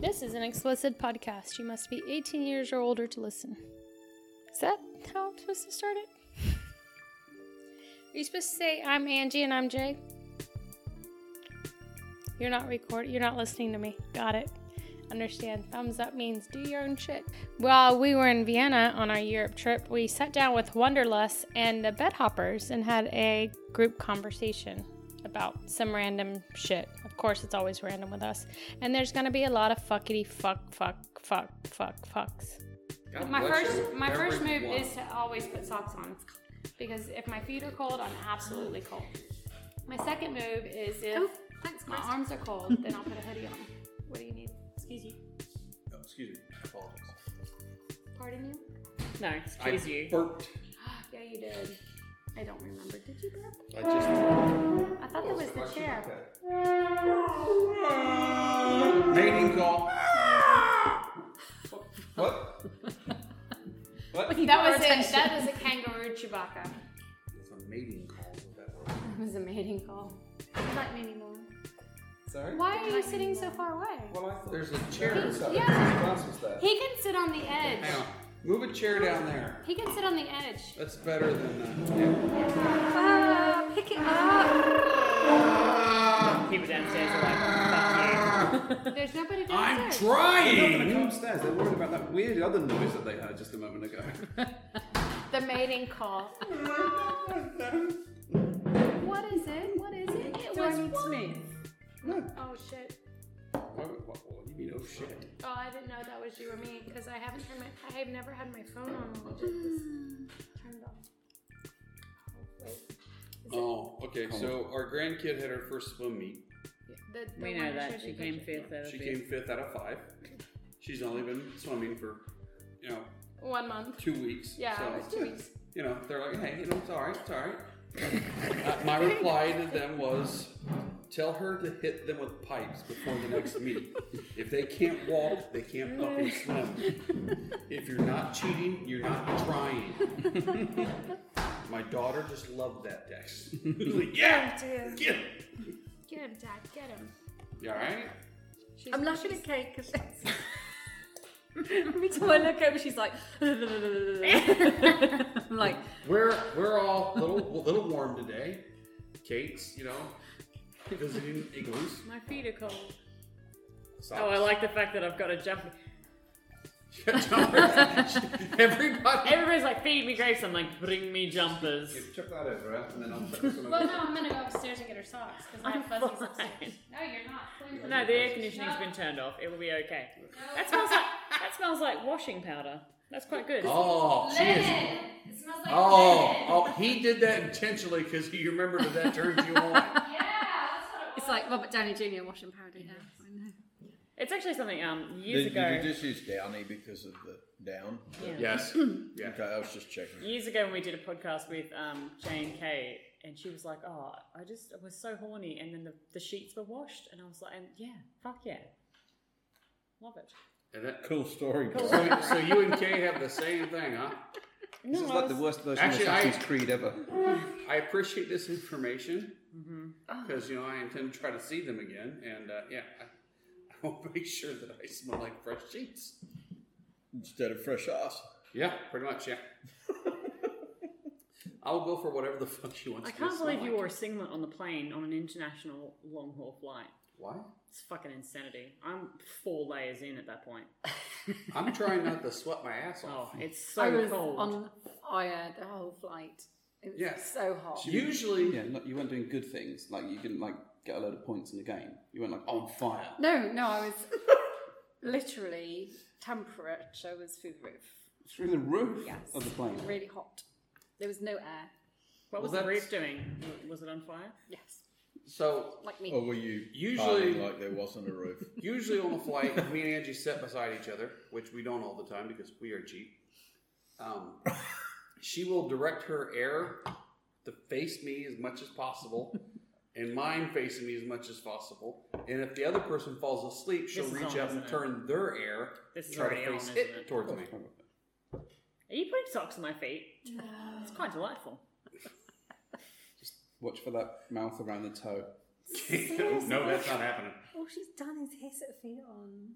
This is an explicit podcast. You must be 18 years or older to listen. Is that how I'm supposed to start it? Are you supposed to say I'm Angie and I'm Jay? You're not recording. You're not listening to me. Got it. Understand. Thumbs up means do your own shit. While we were in Vienna on our Europe trip, we sat down with Wanderlust and the Bedhoppers and had a group conversation about some random shit. Of course, it's always random with us. And there's gonna be a lot of fuckity fuck fuck fuck fuck fucks. God My bless first you. my first Everyone. move is to always put socks on because if my feet are cold, I'm absolutely cold. My second move is if my arms are cold, then I'll put a hoodie on. What do you need? Excuse you. Oh, excuse me. I apologize. Pardon you? No, excuse I you. burped. Yeah, you did. I don't remember. Did you burp? I just I thought that was the chair. mating call. what? What? That's That was a, that was a kangaroo Chewbacca. a mating call. Is that word? That was a mating call. Not anymore. Sorry. Why are you sitting so far away? Well, I thought there's a chair inside. Yeah. What else was that? He can sit on the edge. Hang on. Move a chair down there. He can sit on the edge. That's better than that. Yeah. Ah, pick it up. People downstairs are like, fuck you. There's nobody I'm downstairs. trying. They're come upstairs. They're worried about that weird other noise that they heard just a moment ago. the mating call. What is it? What is it? It was Smith. No. Oh shit. Why would- What, what, you mean? Oh shit. Oh, I didn't know that was you or me because I haven't had my I have never had my phone on while it was turned off. Oh, wait. Oh, okay. So our grandkid had her first swim meet. The, the We one I know that. showed She you came pictures. fifth out of She fifth. came fifth out of five. She's only been swimming for, you know, One month. two weeks. Yeah, so, it was two weeks. You know, they're like, hey, you know, it's all right, it's all right. uh, my reply to them was, tell her to hit them with pipes before the next meet. If they can't walk, they can't fucking swim. If you're not cheating, you're not trying. my daughter just loved that text. like, yeah, get him. Get him, Dad. Get him. You all right? She's, I'm laughing at Kate because every time I look over, she's like, I'm like, We're we're all little a little warm today. Kate's, you know, visiting igloos. My feet are cold. Socks. Oh, I like the fact that I've got a jumper. Everybody. Everybody's like, feed me grapes. I'm like, bring me jumpers. Check that over, eh? and then I'll put this one Well, over. no, I'm gonna go upstairs and get her socks because I have I'm fuzzies fine. upstairs. No, you're not. Clearly. No, the air conditioning's been turned off. It will be okay. That smells like that smells like washing powder. That's quite good. Oh, she is. Linen. It smells like Oh, linen. oh, he did that intentionally because he remembered that that turned you on. Yeah, that's what it it's like Robert Downey Jr. washing powder now. I know. It's actually something um years Did, ago. did you just use Downy because of the down? Yes. Yeah. Okay, I was just checking. years ago when we did a podcast with um, Jane Kay, and she was like, "Oh, I just I was so horny," and then the, the sheets were washed, and I was like, "And yeah, fuck yeah, love it." And that, Cool story. Cool. so, so you and Kay have the same thing, huh? No, This is I like was- the worst version Actually, I- of 60s Creed ever. I appreciate this information because you know I intend to try to see them again, and uh, yeah, I, I will make sure that I smell like fresh sheets. Instead of fresh ass. Yeah, pretty much. Yeah, I'll go for whatever the fuck she wants. I to can't smell believe you like. wore a singlet on the plane on an international long haul flight. Why? It's fucking insanity. I'm four layers in at that point. I'm trying not to sweat my ass Oh, off. it's I so was cold. on fire the whole flight. It was Yeah. so Oh. hot. Usually, Yeah, not, you weren't doing good things. Like, you didn't, like, get a load of points in the game. You weren't, like, on fire. No, no, I was literally temperature was through the roof. Through the roof Yes, of the plane. really hot. There was no air. what was Well, the that's- roof doing? W- Was it on fire? Yes, so like me. Or were you Usually- partying like there wasn't a roof? usually on a flight, me and Angie sit beside each other, which we don't all the time because we are cheap. Um, she will direct her air to face me as much as possible, and mine facing me as much as possible. And if the other person falls asleep, she'll This is reach on, up and isn't it? turn their air, This is try to already on, face isn't it, it? towards me. Are you putting socks on my feet? It's quite delightful. Watch for that mouth around the toe. no, that's not happening. All she's done is hiss her feet on.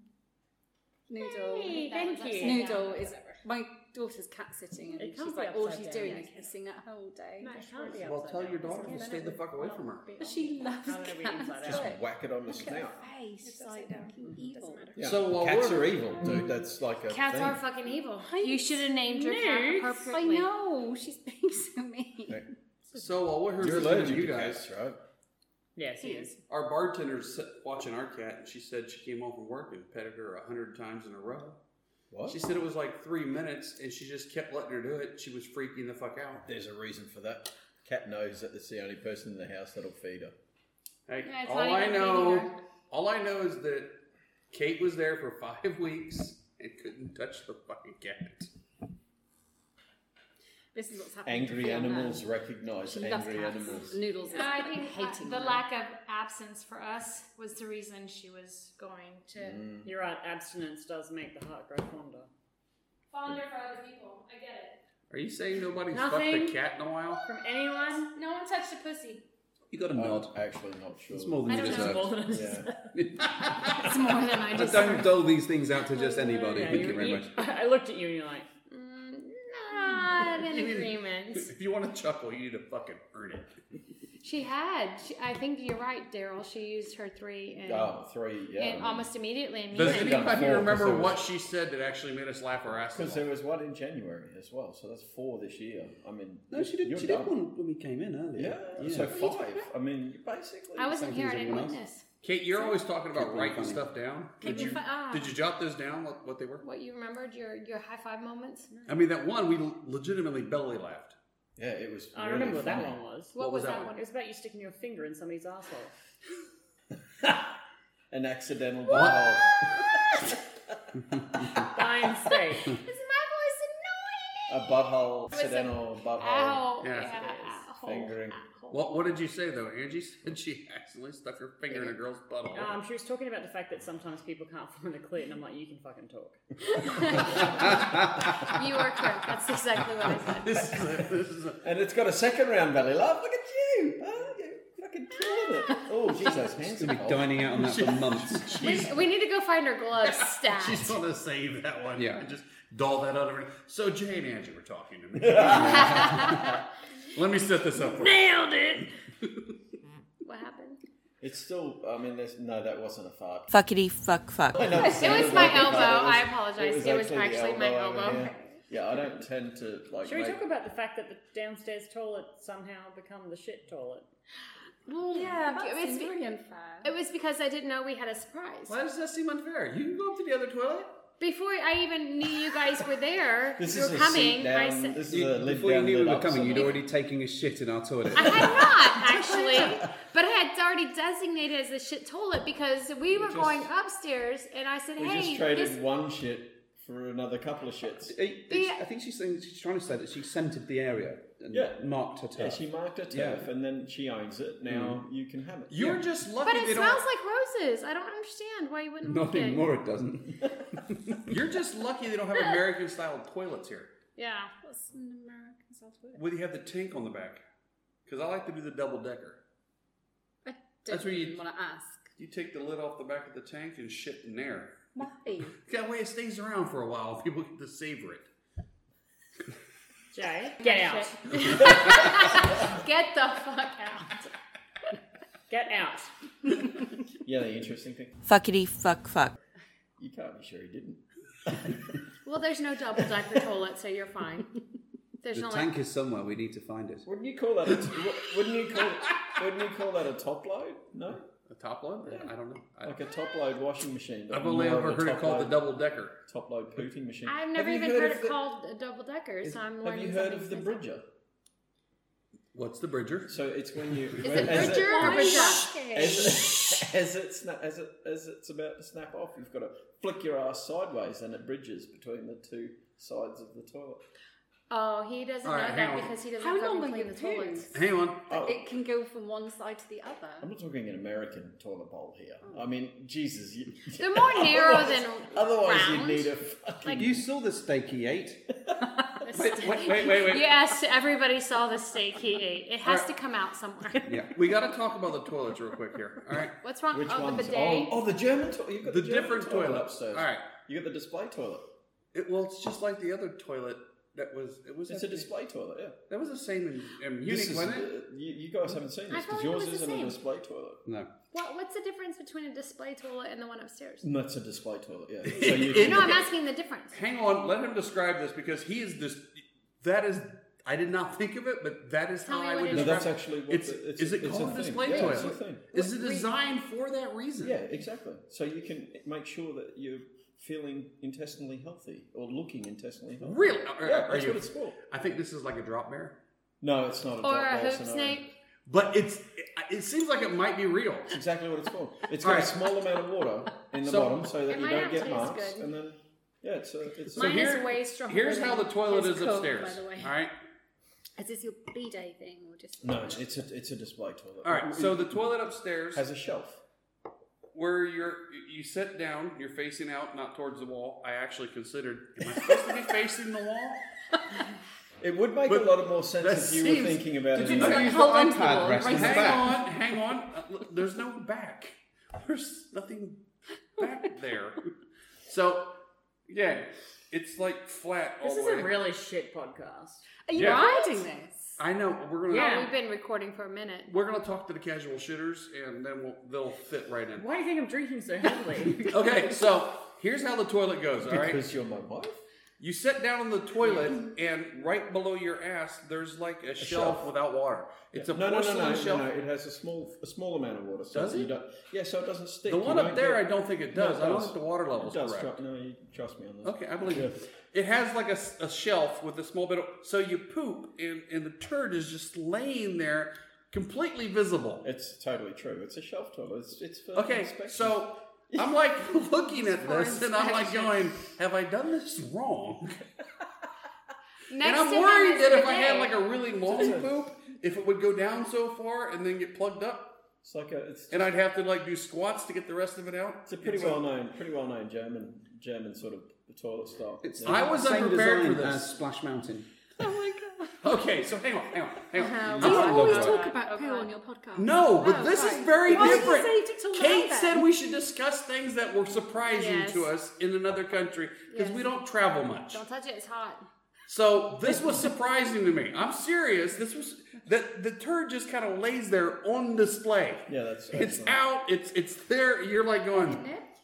Noodle. Hey, That was thank you. upside Noodle is my daughter's cat sitting, It and can't she's be like, all upside she's down, doing yeah. is kissing that whole day. No, it can't be Well, upside tell your down. daughter to stay the fuck away from her. But she loves How do we cats. inside Just out? Look whack it on the snout. at her face. It's like fucking evil. Yeah. So while cats we're- are evil, dude. That's like a Cats thing. are fucking evil. I you should have named your cat knew. I appropriately. know she's being so mean. Right. So while we're here, You're listening to allergic you to guys, cats, right? Yes, She he is. is. our bartender's sit- watching our cat, and she said she came home from work and petted her a hundred times in a row. What? She said it was like three minutes, and she just kept letting her do it. She was freaking the fuck out. There's a reason for that. Cat knows that it's the only person in the house that'll feed her. Like, Yeah, it's all not I even know, feeding her. all I know is that Kate was there for five weeks and couldn't touch the fucking cat. This is what's happening. to Angry Fiona. animals recognize She loves angry cats. animals. Noodles. Is I think uh, hating the them. lack of absence for us was the reason she was going to You're right. Abstinence does make the heart grow fonder. fonder for other people. I get it. Are you saying nobody's Nothing. fucked a cat in a while? From anyone? Um, No one touched a pussy. You got a I'm nod. actually not sure. It's more than I you don't know. deserve. More than I Yeah. deserve. It's more than I But just. don't dole these things out to just anybody. Yeah, Thank you you- very you- much. I looked at you and you're like, Not in agreement. If you want to chuckle, you need to fucking earn it. She had. She, I think you're right, Daryl. She used her three and, Oh, three, yeah. and almost immediately. And Does This immediately. is- done anybody four, 'cause remember there was- what she said that actually made us laugh our asses Because off? there was one in January as well, so that's four this year. I mean, No, she did. you're She did done. one when we came in earlier. Yeah, so five. I mean, you basically. I wasn't same here. I thing as didn't everyone witness. Kate, you're always talking about Keep writing funny. stuff down. Did Keep you it fun. did you jot those down? What, what they were? uh, What you remembered your your high five moments. I mean, that one we legitimately belly laughed. Yeah, it was. I really remember what that funny. one was. What, was that one? It was about you sticking your finger in somebody's asshole. An accidental dive. Dying state. Is my A butthole, was a- accidental butthole. Ow! Yeah. Oh, yeah, ow. Fingering. Ow. What What did you say though? Angie said she accidentally stuck her finger in a girl's butthole. Um, she was talking about the fact that sometimes people can't find a clit, and I'm like, you can fucking talk. You are correct. That's exactly what I said. this is a, this is a, And it's got a second round belly love. Look at you. Oh, you fucking killed it. Oh, Jesus. Hands Gonna are be dining out on that for months. We, we need to go find her gloves stat. she's gonna save that one. Yeah. and just doll that other. So Jay and Angie were talking to me. Let me set this up. For you. Nailed it. what happened? It's still, I mean, there's, no, that wasn't a fart. Fuckity fuck fuck. Oh, I know It was sounded my like a fart. elbow. I apologize. It was actually the my over elbow. here. Yeah, I don't tend to, like, Should we make- talk about the fact that the downstairs toilet somehow become the shit toilet? Yeah, that it's- seems really unfair. It was because I didn't know we had a surprise. Why does that seem unfair? You can go up to the other toilet. Before I even knew you guys were there, This you is were a coming. seat down. I said, this is You- a lid before you down, knew we lid were up coming, sort you'd of- already taken a shit in our toilet. I had not actually, but I had already designated as the shit toilet because we were just- going upstairs, and I said, We "Hey, just traded this- one shit for another couple of shits. I- Yeah. I think she's saying she's trying to say that she scented the area and Yeah. marked her turf. Yeah, she marked her turf Yeah. Hmm. and then she owns it. Now you can have it. You're just lucky but they it don't. smells like roses. I don't understand why you wouldn't Not like it." anymore, it doesn't. You're just lucky they don't have American style toilets here. Yeah, What's an American self-word? Whether you have the tank on the back, because I like to do the double decker. I That's don't where you- even want to ask. You take the lid off the back of the tank and shit in there. Why? That way it stays around for a while. People get to savor it. Jay, get out. get the fuck out. Get out. Yeah, the interesting thing, Fuckity fuck fuck. you can't be sure he didn't. Well, there's no double decker toilet, so you're fine. There's The no tank is somewhere, we need to find it. Wouldn't you call that? A t- wou- wouldn't you call? Wouldn't you call that a top load? No, A top load? I don't know. I, like a top load washing machine. but I've only more of ever a heard it top called the load- double decker. top load pooting machine. like I've never you even heard heard, of it the- called a double decker, so I'm have learning. you heard something of the myself. bridger? What's the Bridger? So it's when you Is it as bridger it, or bridger? as it, as, it sna- as it as it's about to snap off, you've got to flick your ass sideways, and it bridges between the two sides of the toilet. Oh, he doesn't All right, know hang that on. because he doesn't How fucking long are clean your the toilets. poos? Hang on. Oh. It can go from one side to the I'm other. not talking an American toilet bowl here. I mean, Jesus, you, They're more narrow than otherwise you round. need a fucking. You saw the steak he ate. Wait, wait, wait, wait. wait. Yes, everybody saw the steak he ate. It has to come out somewhere. Yeah. We got to talk about the toilets real quick here. All right. What's wrong? Which oh, ones? the Oh, bidet. oh, the German toilet. You've got The German different toilet. upstairs. All right. You got the display toilet. It, well, it's just like the other toilet that was. It was It's a at the- display toilet, yeah. That was the same in, in Munich, This is- wasn't it? You, you guys haven't seen I this thought it because yours was the isn't a same. display toilet. No. What, what's the difference between a display toilet and the one upstairs? No, it's a display toilet, yeah. So you No, I'm asking the difference. Hang on, let him describe this because he is this. That is, I did not think of it, but that is Tell how me I what would it is. No, describe. that's actually what it's, the- it's is a- it it's a called a thing. display Yeah, toilet? it's a thing. Is it designed for that reason? Yeah, exactly. So you can make sure that you're feeling intestinally healthy or looking intestinally healthy. Really? Are, Yeah, are that's you- what it's for. I think this is like a drop bear, No, it's not a Or drop a bowl hoop scenario. snake. but it's. It, it seems like it might be real. It's exactly what it's for. It's All got a right. small amount of water in the So- bottom so that It you might don't not get taste marks. good. And then, yeah, it's a, it's Mine a, is here- way stronger. Here's than how the toilet his is coat, upstairs. By the way, All right. is this your b day thing or just no, it's a it's a display toilet. All right. So the toilet upstairs, has a shelf. where you're, you sit down, you're facing out, not towards the wall. I actually considered, am I supposed to be facing the wall? It would make But a lot of more sense that if you were seems- thinking about Did it. you in not that- use the hold on to the iPad wall, rest right in the there. Hang back? on, hang on. Uh, look, There's no back. There's nothing back there. So, yeah, it's like flat all This the is way. a really shit podcast. Are you Yeah. writing this? I know. We're gonna Yeah. Oh, We've been recording for a minute. we're gonna talk to the casual shitters, and then we'll, they'll fit right in. Why do you think I'm drinking so heavily? Okay, so here's how the toilet goes. All right, Because you're my wife. you sit down on the toilet, and right below your ass, there's like a, shelf, shelf. without water. It's a no, no, no, porcelain no, no, shelf. no. It has a small a small amount of water. So Does you it? Don't, yeah, so it doesn't stick. The You one up don't there, get- I don't think it No, it does. I don't does. think the water level's it does. correct. tru- no, you trust me on this. Okay, I believe you. Yeah. It has like a, s- a shelf with a small bit of. So you poop, and, and the turd is just laying there, completely visible. It's totally true. It's a shelf toilet. It's it's for Okay, inspection. so I'm like looking at this, and I'm like going, have I done this wrong? Next And to I'm him worried is that the if I had day. like a really long poop, if it would go down so far and then get plugged up, it's like a it's, and I'd have to like do squats to get the rest of it out. it's a pretty well known pretty well known German German sort of toilet style. It's Yeah. I was same unprepared for design this. as Splash Mountain. Okay, so hang on, hang on, hang on. Do you I'm- always I'm- talk about poo on your podcast? No, but this is very Why did you different. say to- to Kate allow that? said we should discuss things that were surprising Yes. to us in another country because Yes. we don't travel much. Don't touch it. It's hot. So this was surprising to me. I'm serious. This was that the turd just kind of lays there on display. Yeah, that's- that's it's nice. out. It's it's there. You're like going,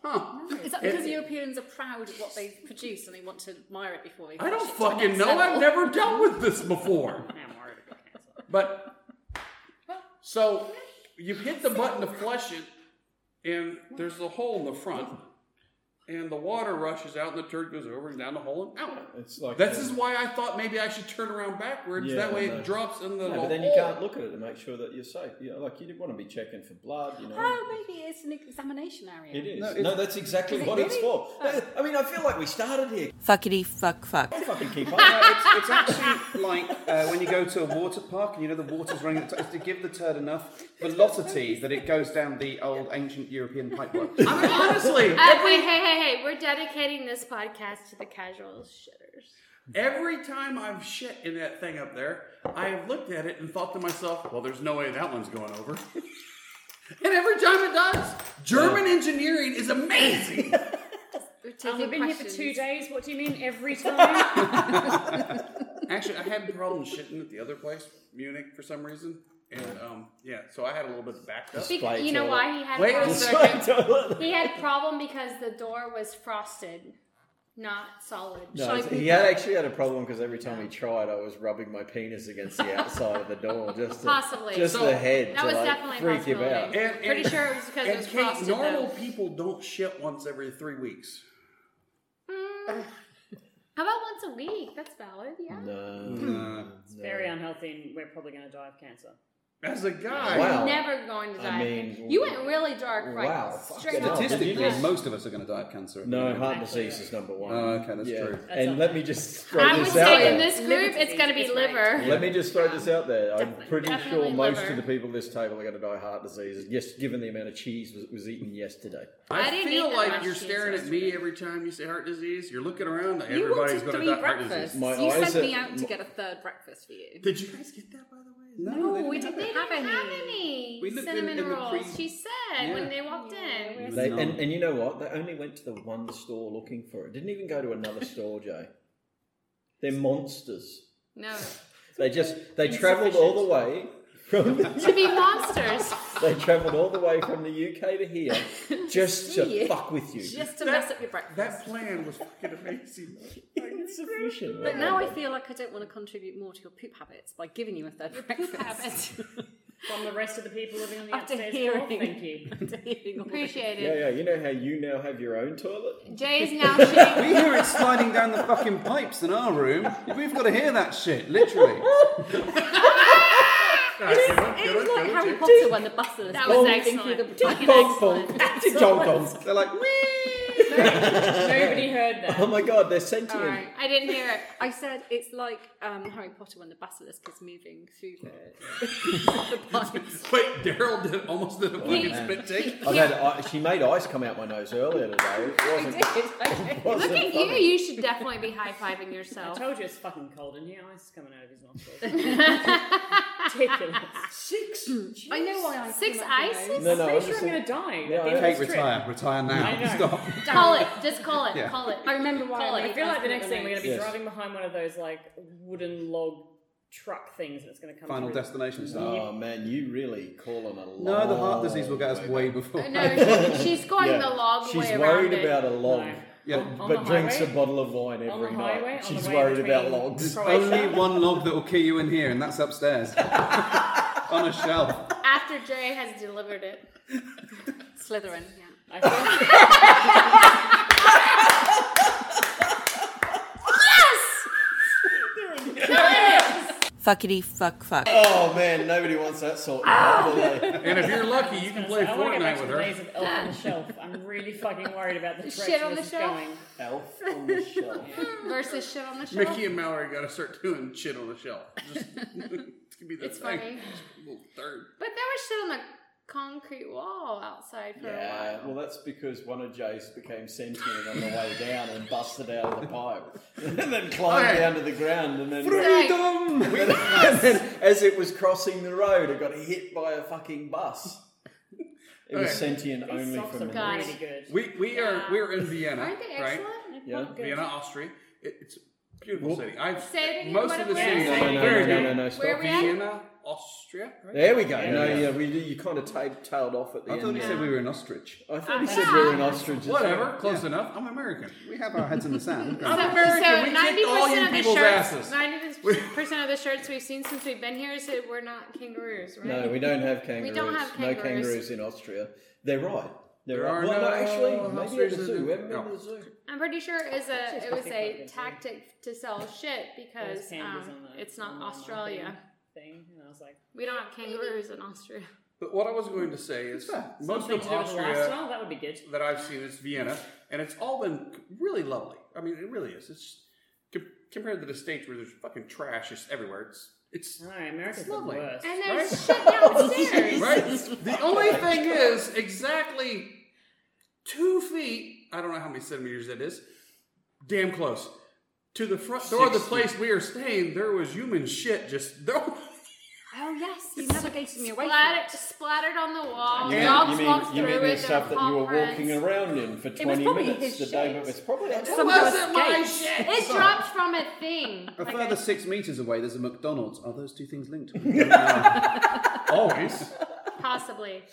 huh? Is that It- because Europeans are proud of what they produce and they want to admire it before they? I don't push it to the fucking next know. I've level? never dealt with this before. Now I'm worried about cancer. But so you hit the button to flush it, and there's a hole in the front, and the water rushes out, and the turd goes over and down the hole and out. It's like This a- is why I thought maybe I should turn around backwards. Yeah, that way no. it drops in the No, hole. but then you can't look at it to make sure that you're safe. You know, like you didn't want to be checking for blood. You know. Oh, maybe it's an examination area. It is. No, No, it's- that's exactly what it's for. Oh. I mean, I feel like we started here. Fuckity fuck fuck. I fucking keep up. it's, it's actually like uh, when you go to a water park and you know the water's running. It's to give the turd enough velocity that it goes down the old ancient European pipeline. I mean, honestly, Uh, wait, hey, hey, hey! We're dedicating this podcast to the casual shitters. every time I've shit in that thing up there, I have looked at it and thought to myself, well, there's no way that one's going over. and every time it does. German engineering is amazing. We're Um, taking We've been here for questions. two days. What do you mean every time? Actually, I had problems shitting at the other place, Munich, for some reason. And um, yeah, so I had a little bit of backed up. Bec- Display you know toilet. why he had Wait a problem? sec. He had problem because the door was frosted, not solid. No, Shall I it's- he poop had out? actually had a problem because every time he tried, I was rubbing my penis against the outside of the door, just to, Possibly. just So, the head that to was like, definitely a freak him out. possibility. And- and- Pretty sure it was because it and was Kate, frosted. normal though. people don't shit once every three weeks. How about once a week? That's valid. Yeah. No, Uh, It's very unhealthy, and we're probably going to die of cancer. As a guy, Wow. I'm never going to I die. mean, you went really dark, right? wow, Straight fucking up. hell. Statistically, Yes. most of us are going to die of cancer. no, heart disease is number one. Oh, okay, that's true. And let me just throw I would this out say in there. this Liver group, it's disease going to be is right. liver. Let me just throw this out there. I'm pretty definitely sure most liver. of the people at this table are going to die of heart disease. Yes, given the amount of cheese that was eaten yesterday. I, I didn't eat feel that like much you're cheese staring at me every time you say heart disease. You're looking around. Like everybody's you wanted going to three die of heart disease. breakfasts. My you eyes sent me are- out to get a third breakfast for you. Did you guys get that, by the way? No, No, they we have didn't it. have any, We looked in- cinnamon in the rolls. pre- she said Yeah. when they walked in. It was They, not. and, and you know what? They only went to the one store looking for it. Didn't even go to another store, Jay. They're monsters. No, They just they travelled all the way from to be monsters, they travelled all the way from the UK to here just see to you. fuck with you. just to mess up your breakfast. That plan was fucking amazing. Insufficient. But now I feel like I don't want to contribute more to your poop habits by giving you a third breakfast. From the rest of the people living on the After upstairs floor. hearing. Thank you. After hearing all this. Appreciate Yeah, it. yeah. You know how you now have your own toilet? Jay's now shitting. We hear it sliding down the fucking pipes in our room. We've got to hear that shit, literally. It was like Harry Potter when the bustle is That going was in through the excellent. fucking Bonk, excellent. bonk. Dong, dong. They're like, Nobody heard that. Oh my god, they're sentient. All right, I didn't hear it. I said it's like um, Harry Potter when the basilisk is moving through the, the pipes. Wait, Daryl did almost did a fucking spit take. I've had, I, she made ice come out my nose earlier today. It wasn't, wasn't Look at you. funny. You should definitely be high fiving I yourself. told you it's fucking cold in here. Ice coming out of his nostrils. Ridiculous. Six. I know why I Six came up with those. ices. No, no, I I'm was sure just I'm gonna die. Yeah, at the I- end of Kate, this trip. retire, retire I now. know. Stop. Call it. Just call it. Yeah. Call it. I remember why. Call it. made I I feel like the ice next thing we're going to be Yes. driving behind one of those like wooden log truck things and it's going to come Final through. destination style. Oh man, you really calling a long No, the heart disease will get us way before. No, she, she's going Yeah. the log She's way around worried it. about a log, No. Yeah. Oh, On but the drinks highway? a bottle of wine On the every highway, night. on the She's way worried about between- logs. Only one log that will kill you in here, and that's upstairs. On a shelf. After Jay has delivered it. Slytherin. Yeah. I feel, Fuckity fuck fuck. Oh man, nobody wants that sort. Ah! Of thing, And if you're lucky, you can play I want to go Fortnite back to with the her. days of Elf on the Shelf. I'm really fucking worried about the direction Shit on this the is shelf? going. Elf on the shelf. Versus shit on the shelf. Mickey and Mallory got to start doing shit on the shelf. Just, it's gonna be the It's thing. funny. Little third. But there was shit on the concrete wall outside for a Yeah, while. well, that's because one of Jay's became sentient on the way down and busted out of the pipe, and then climbed Alright. down to the ground, and then. Freedom! and then as it was crossing the road, it got hit by a fucking bus. It was Okay. sentient These only socks for are minutes. really good. We we are we're in Vienna, Aren't they right? excellent? Yeah. Vienna, Austria. It, it's a beautiful Whoop. city. I've Say it again, most what of the it was. cities. No, no, no, very no, no, no, good. no, Where stop. are we at? Vienna, Austria. Right? There we go. no, Yeah. yeah, we do. You kind of ta- tailed off at the I thought end. you there. said we were an ostrich. I thought you said we were an ostrich. as well. Whatever, close enough. I'm American. We have our heads in the sand. So, can't we? American, we kicked all you percent of the people's shirts, asses. ninety percent of the shirts we've seen since we've been here said we're not kangaroos, right? No, we don't have kangaroos. don't have No kangaroos. kangaroos in Austria. They're right. They're There right. are well, no no, actually, maybe ostriches at the in- zoo. We haven't been no. to the zoo. I'm pretty sure it was a it was fucking a good. tactic to sell shit because There's kangaroos um, on the- it's on not the Australia. Thing, and I was like, We don't have kangaroos in Austria. But what I was going to say is most something of to do with the Austria lifestyle? That would be good. that I've seen is Vienna, and it's all been really lovely. I mean, it really is. It's com- compared to the states where there's fucking trash just everywhere. It's it's No, America's It's the lovely. worst. And there's shit downstairs. right. The only thing is exactly two feet. I don't know how many centimeters that is. Damn close to the front door of the place we are staying. There was human shit just there. Oh yes, you navigated me away. Splattered, splattered on the wall. You mean- Dogs you mean, walked you through mean it. the stuff that you were walking around. around in for 20 probably minutes the his day, shades. but it's probably actually It wasn't my shit. It dropped from a thing. A Like further a- six metres away, there's a McDonald's. Are those two things linked? We don't know. Always. possibly,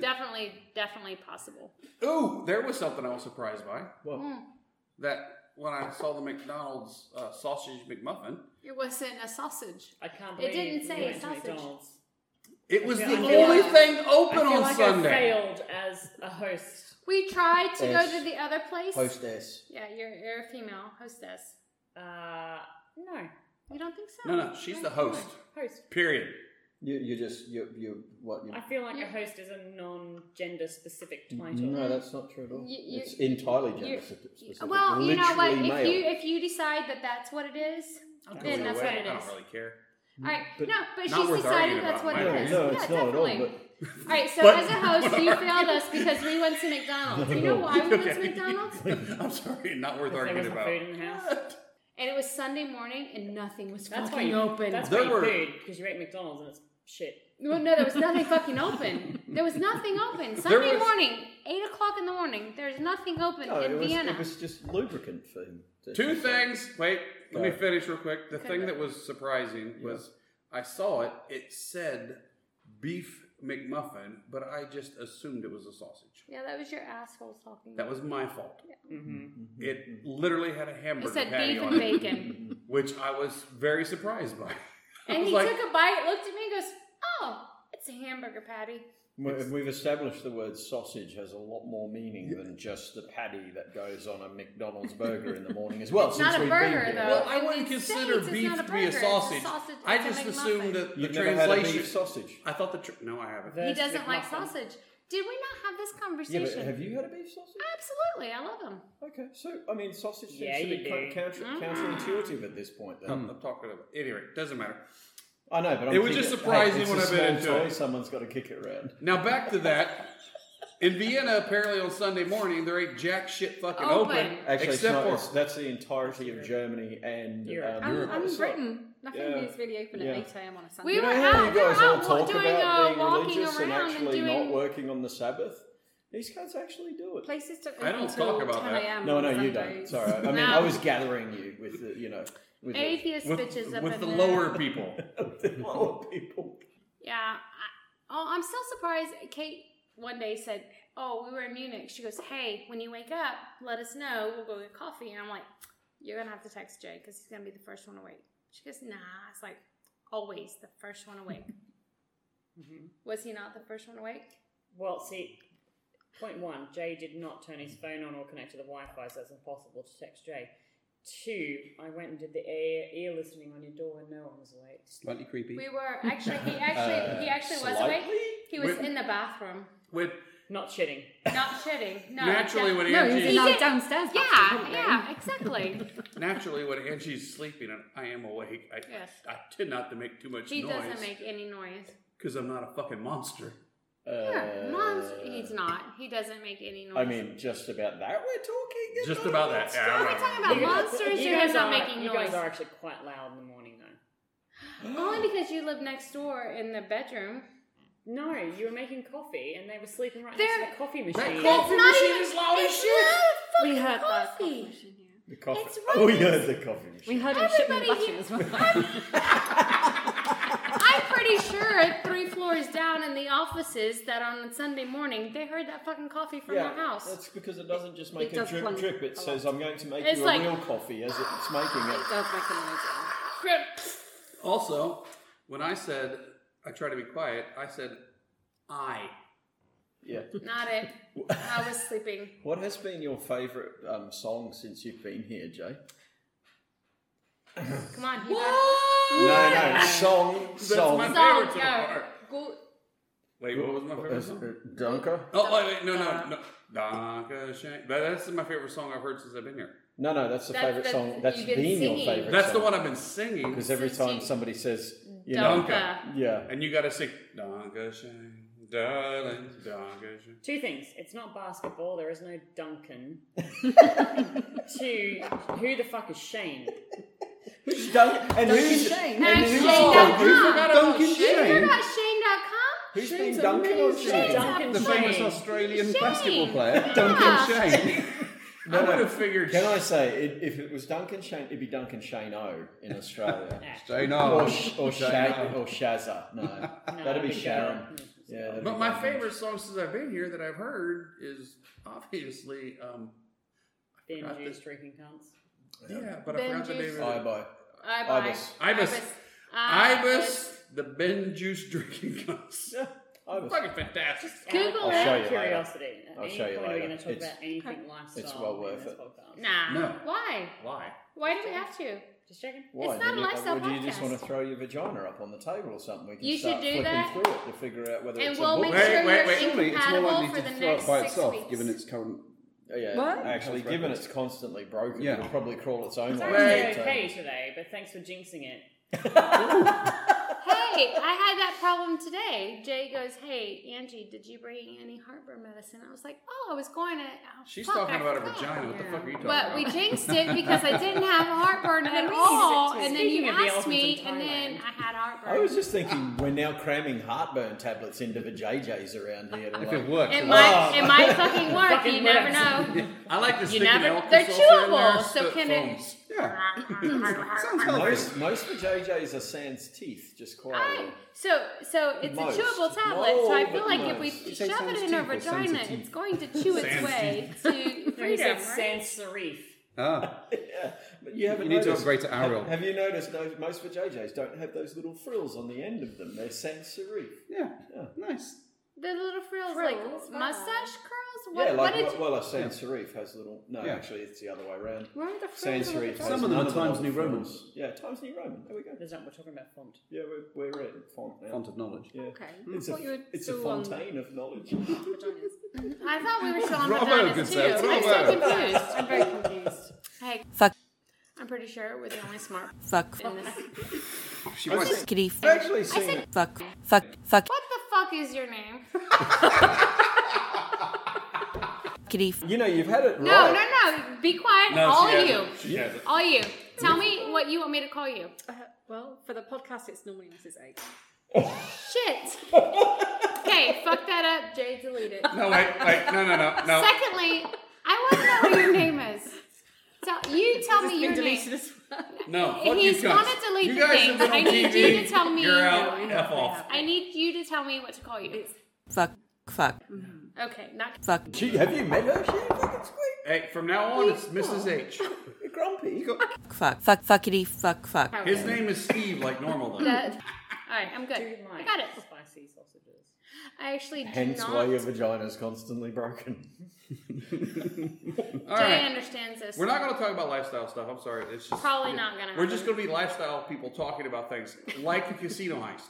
definitely, definitely possible. Ooh, there was something I was surprised by. What? Hmm. That when I saw the McDonald's uh, sausage McMuffin, It wasn't a sausage. I can't It believe didn't you say went to sausage. McDonald's. it was I the feel- I feel only like- thing I open feel on like I Sunday. failed as a host. We tried to go Yes. to the other place. Hostess. Yeah, you're, you're a female hostess. Uh, no. You don't think so? No, no, she's the host. Host. Period. You, you just, you, you, what, you. I feel like a host is a non-gender specific title. No, that's not true at all. You- you- it's entirely you- gender specific. Well, you know what? Literally If you male. if you decide that that's what it is, then Either that's way, what it I is. don't really care. All right, But no, but not she's worth decided arguing that's about what it my is. opinion. no, it's yeah, not at all. definitely. But All right, so But- as a host, you failed us because we went to McDonald's. You know why we went to McDonald's? I'm sorry, not worth There arguing wasn't about. food in the house. And it was Sunday morning, and nothing was That's why fucking you open. That's There why you were- food because you ate McDonald's and it's shit. Well, no, there was nothing fucking open. There was nothing open. Sunday was- morning, eight o'clock in the morning. There's nothing open No, in it was, Vienna. it was just lubricant for him. to- Two things. Wait, let me Go. finish real quick. The thing that was surprising was I saw it. It said beef McMuffin, but I just assumed it was a sausage. Yeah, that was your assholes talking. That was my fault. It literally had a hamburger it said patty beef on and it, bacon. which I was very surprised by. I and was he like, took a bite, looked at me, and goes, "Oh, it's a hamburger patty." We- We've established the word sausage has a lot more meaning than just the patty that goes on a McDonald's burger in the morning as well. It's since not a we've burger, been here. though. well, In I the wouldn't consider States, it's beef not a to be a burger, it's a sausage. sausage- I it's a just McMuffin. assumed that the You've never had a beef translation. sausage. I thought the tr- no, I haven't. he doesn't like sausage. Did we not have this Yeah, but conversation? have you had a beef sausage? Absolutely, I love him. Okay, so I mean, sausage seems Yeah, to you be do. quite counter, Mm. counterintuitive at this point. Then I'm talking about. Anyway, doesn't matter. I know, but I'm It was thinking, just surprising hey, it's when a I bit small into toy, it. Someone's got to kick it around. Now back to that. In Vienna, apparently on Sunday morning, there ain't jack shit fucking open, Open. Actually, it's except not, for it's, that's the entirety of Germany and Europe. Um, I'm, Europe. I'm It's not- Britain. Nothing yeah. is really open at Yeah. 8 a.m. on a Sunday. We You were know how out, you we were guys all out wa- talk doing about a being walking religious and around and actually not doing. working on the Sabbath? These guys actually do it. places don't I don't open till talk about 10 that. a.m. No, on no, you don't. Sundays. Sorry, I mean, No. I was gathering you with the, you know, with the, Atheist with, bitches up with in the there. lower people. the lower people. Yeah. I, oh, I'm still surprised. Kate one day said, "Oh, we were in Munich." She goes, "Hey, when you wake up, let us know. We'll go get coffee." And I'm like, "You're gonna have to text Jay because he's gonna be the first one awake." She goes, "Nah." It's like always the first one awake. Mm-hmm. Was he not the first one awake? Well, see, point one, Jay did not turn his phone on or connect to the Wi-Fi, so it's impossible to text Jay. Two, I went and did the ear, ear listening on your door and no one was awake. Slightly creepy. We were actually. He actually. Uh, he actually was awake. He was Wait. in the bathroom, When, Not shitting. not shitting. No, naturally, yeah. when No, he's Angie, in our did- downstairs. Yeah, yeah, exactly. naturally when Angie's sleeping and I am awake, I, Yes. I tend not to make too much He noise doesn't make any noise. because I'm not a fucking monster. Yeah, Uh, e mom's. He's not. He doesn't make any noise. I mean, just about that we're talking. Just about that. Yeah, I'm We're not- talking about monsters. You guys are making you noise. guys are actually quite loud in the morning, though. Only because you live next door in the bedroom. No, you were making coffee and they were sleeping right They're- next to the coffee machine. That's not even. Is loud it's not a We fucking heard that. coffee. The coffee. It's oh, right yeah, the coffee machine. We heard him shitting in the Everybody bathroom as well. I'm pretty sure three floors down in the offices that on Sunday morning they heard that fucking coffee from yeah, the house. that's because it doesn't just make It a does drip plunk drip. It a says, "I'm going to make It's you like- a real coffee," as it's making it. It does make a noise. Also, when I said I try to be quiet, I said I. Yeah. Not it. I was sleeping. What has been your favourite um, song since you've been here, Jay? Come on, you got No, no, song, That's song. my Song, favorite so go. far. Go- Wait, what was my favorite Is song? it Dunker? Oh, wait, wait, no, Uh, no, no. Donka Shank. That, that's my favorite song I've heard since I've been here. No, no, that's the That's- favourite that's- song. That's you've been been, your singing. favourite. That's the song. one I've been singing. Because every Since time you- somebody says, you know, Donka. yeah, And you gotta sing Donka Shank, darling, Donka Shank. Two things. It's not basketball. There is no Duncan. Two, who the fuck is Shane? Dun- and who's Shane. And who's Shane.com. Oh, Duncan? Who forgot about Duncan You Shane? forgot Shane.com? Who's been Duncan or Shane? Duncan The famous Shane. Australian Shane. basketball player, Duncan Shane. I would have figured. Can I say, it, if it was Duncan Shane, it'd be Duncan Shane O in Australia. Shane oh, or Arsh. Sh- or, Sha- or Shazza. No, that'd be that'd be Sharon. Sharon. Yeah, that'd But be my Duncan. favorite song since I've been here that I've heard is obviously, um, Thin Right, juice the- drinking cunts. yeah, but I forgot the Benji's- name of it. Ibo. I buy. Ibis. Ibis. Ibis, the Ben Juice drinking cuss. Ibis. Fucking fantastic. Google I'll it. show Out you of curiosity. At I'll any show you point are we later. going to talk It's- about anything lifestyle? it's well in worth this it. podcast? Nah. No. uh, Why? Why? Why do we have to? Just checking. Why? It's not Do a you- lifestyle or do you just podcast. want to throw your vagina up on the table or something? We can You should start do flicking that. through it to figure out whether And it's we'll a book. make Wait, sure wait, you're wait. Surely it's more incompatible for likely the to throw next up by six itself, weeks. given its current. Oh, yeah. What? Actually, Health given records. it's constantly broken, Yeah. it'll probably crawl its um, own It's way. actually Wait. okay today, but thanks for jinxing it. hey, Hey, I had that problem today. Jay goes, "Hey, Angie, did you bring any heartburn medicine?" I was like, "Oh, I was going to." Oh, She's fuck, talking I about her forgot." vagina. What the fuck are you talking But about? we jinxed it because I didn't have heartburn And then at we all, jinxed it too. and then you Speaking of the asked me, elephants in and then Thailand. I had uh, I heartburn. was just thinking, we're now cramming heartburn tablets into the JJs around here. To If like, it works, It it might, it might fucking work. Fucking you never works. know. I like to stick never- an alka they're seltzer in chewable, there, so spit can it- foams. Yeah. Sounds healthy. most, most of the JJs are sans teeth, just quietly. I- so, so it's Most. a chewable tablet. so I feel Most. like if we Did you say shove it sans in our teeth or sans vagina, teeth? it's going to chew its Sans way to He freedom. said Right? sans serif. Ah, Yeah, but you haven't You need to noticed- upgrade to have- Ariel. Have, you noticed no, most of the JJs don't have those little frills on the end of them? They're sans serif. yeah. Yeah. Nice. The little frills, Frills, like wow. mustache curls. What, Yeah, what like did well, you, well, a sans serif has little. No, Yeah. actually, it's the other way around. where are the frills? Sans on the serif. has Some of them none are Times the New frills. Roman. Yeah, Times New Roman. There we go. There's not, we're talking about font. Yeah, we're, we're at font now. Font Hmm. of knowledge. Yeah. Okay. It's I thought you a, were it's a still on- fontaine of knowledge. I thought we were still on Bravo, good vaginas too. sir, I'm so bravo. confused. I'm very confused. Hey, Fuck. I'm pretty sure we're the only smart fuck, in this. She might. kitty, I've fuck, actually seen it. fuck, fuck, fuck, What the fuck is your name? kitty, You know, you've had it No, right. no, no. Be quiet. No, All she of you. hasn't. She hasn't. All you. Tell me what you want me to call you. Uh, well, for the podcast, it's normally Mrs. Eight. Shit. Okay, fuck that up. Jay, delete it. No, wait, wait, no, no, no, no. Secondly, I want to know what your name is. So you tell me your Been name. deleted as well. No, fuck He's you gonna cunts. delete you the guys thing. have been on I need TV. you to tell me- You're out. No, F off. I need you to tell me what to call you. fuck, fuck, Okay, not fuck, Gee, have you met her? She's fucking sweet. Hey, from now on, it's Mrs. H. Grumpy. You got fuck, fuck, fuckity, fuck, fuck. His name is Steve, like normal though. that. All right, I'm Do good. you I like got it. Spicy sausages. I actually do Hence not. why your vagina's constantly broken. All Jay right, understands this. we're not going to talk about lifestyle stuff. I'm sorry, it's just Probably not gonna We're just happen. going to be lifestyle people talking about things like the casino heist.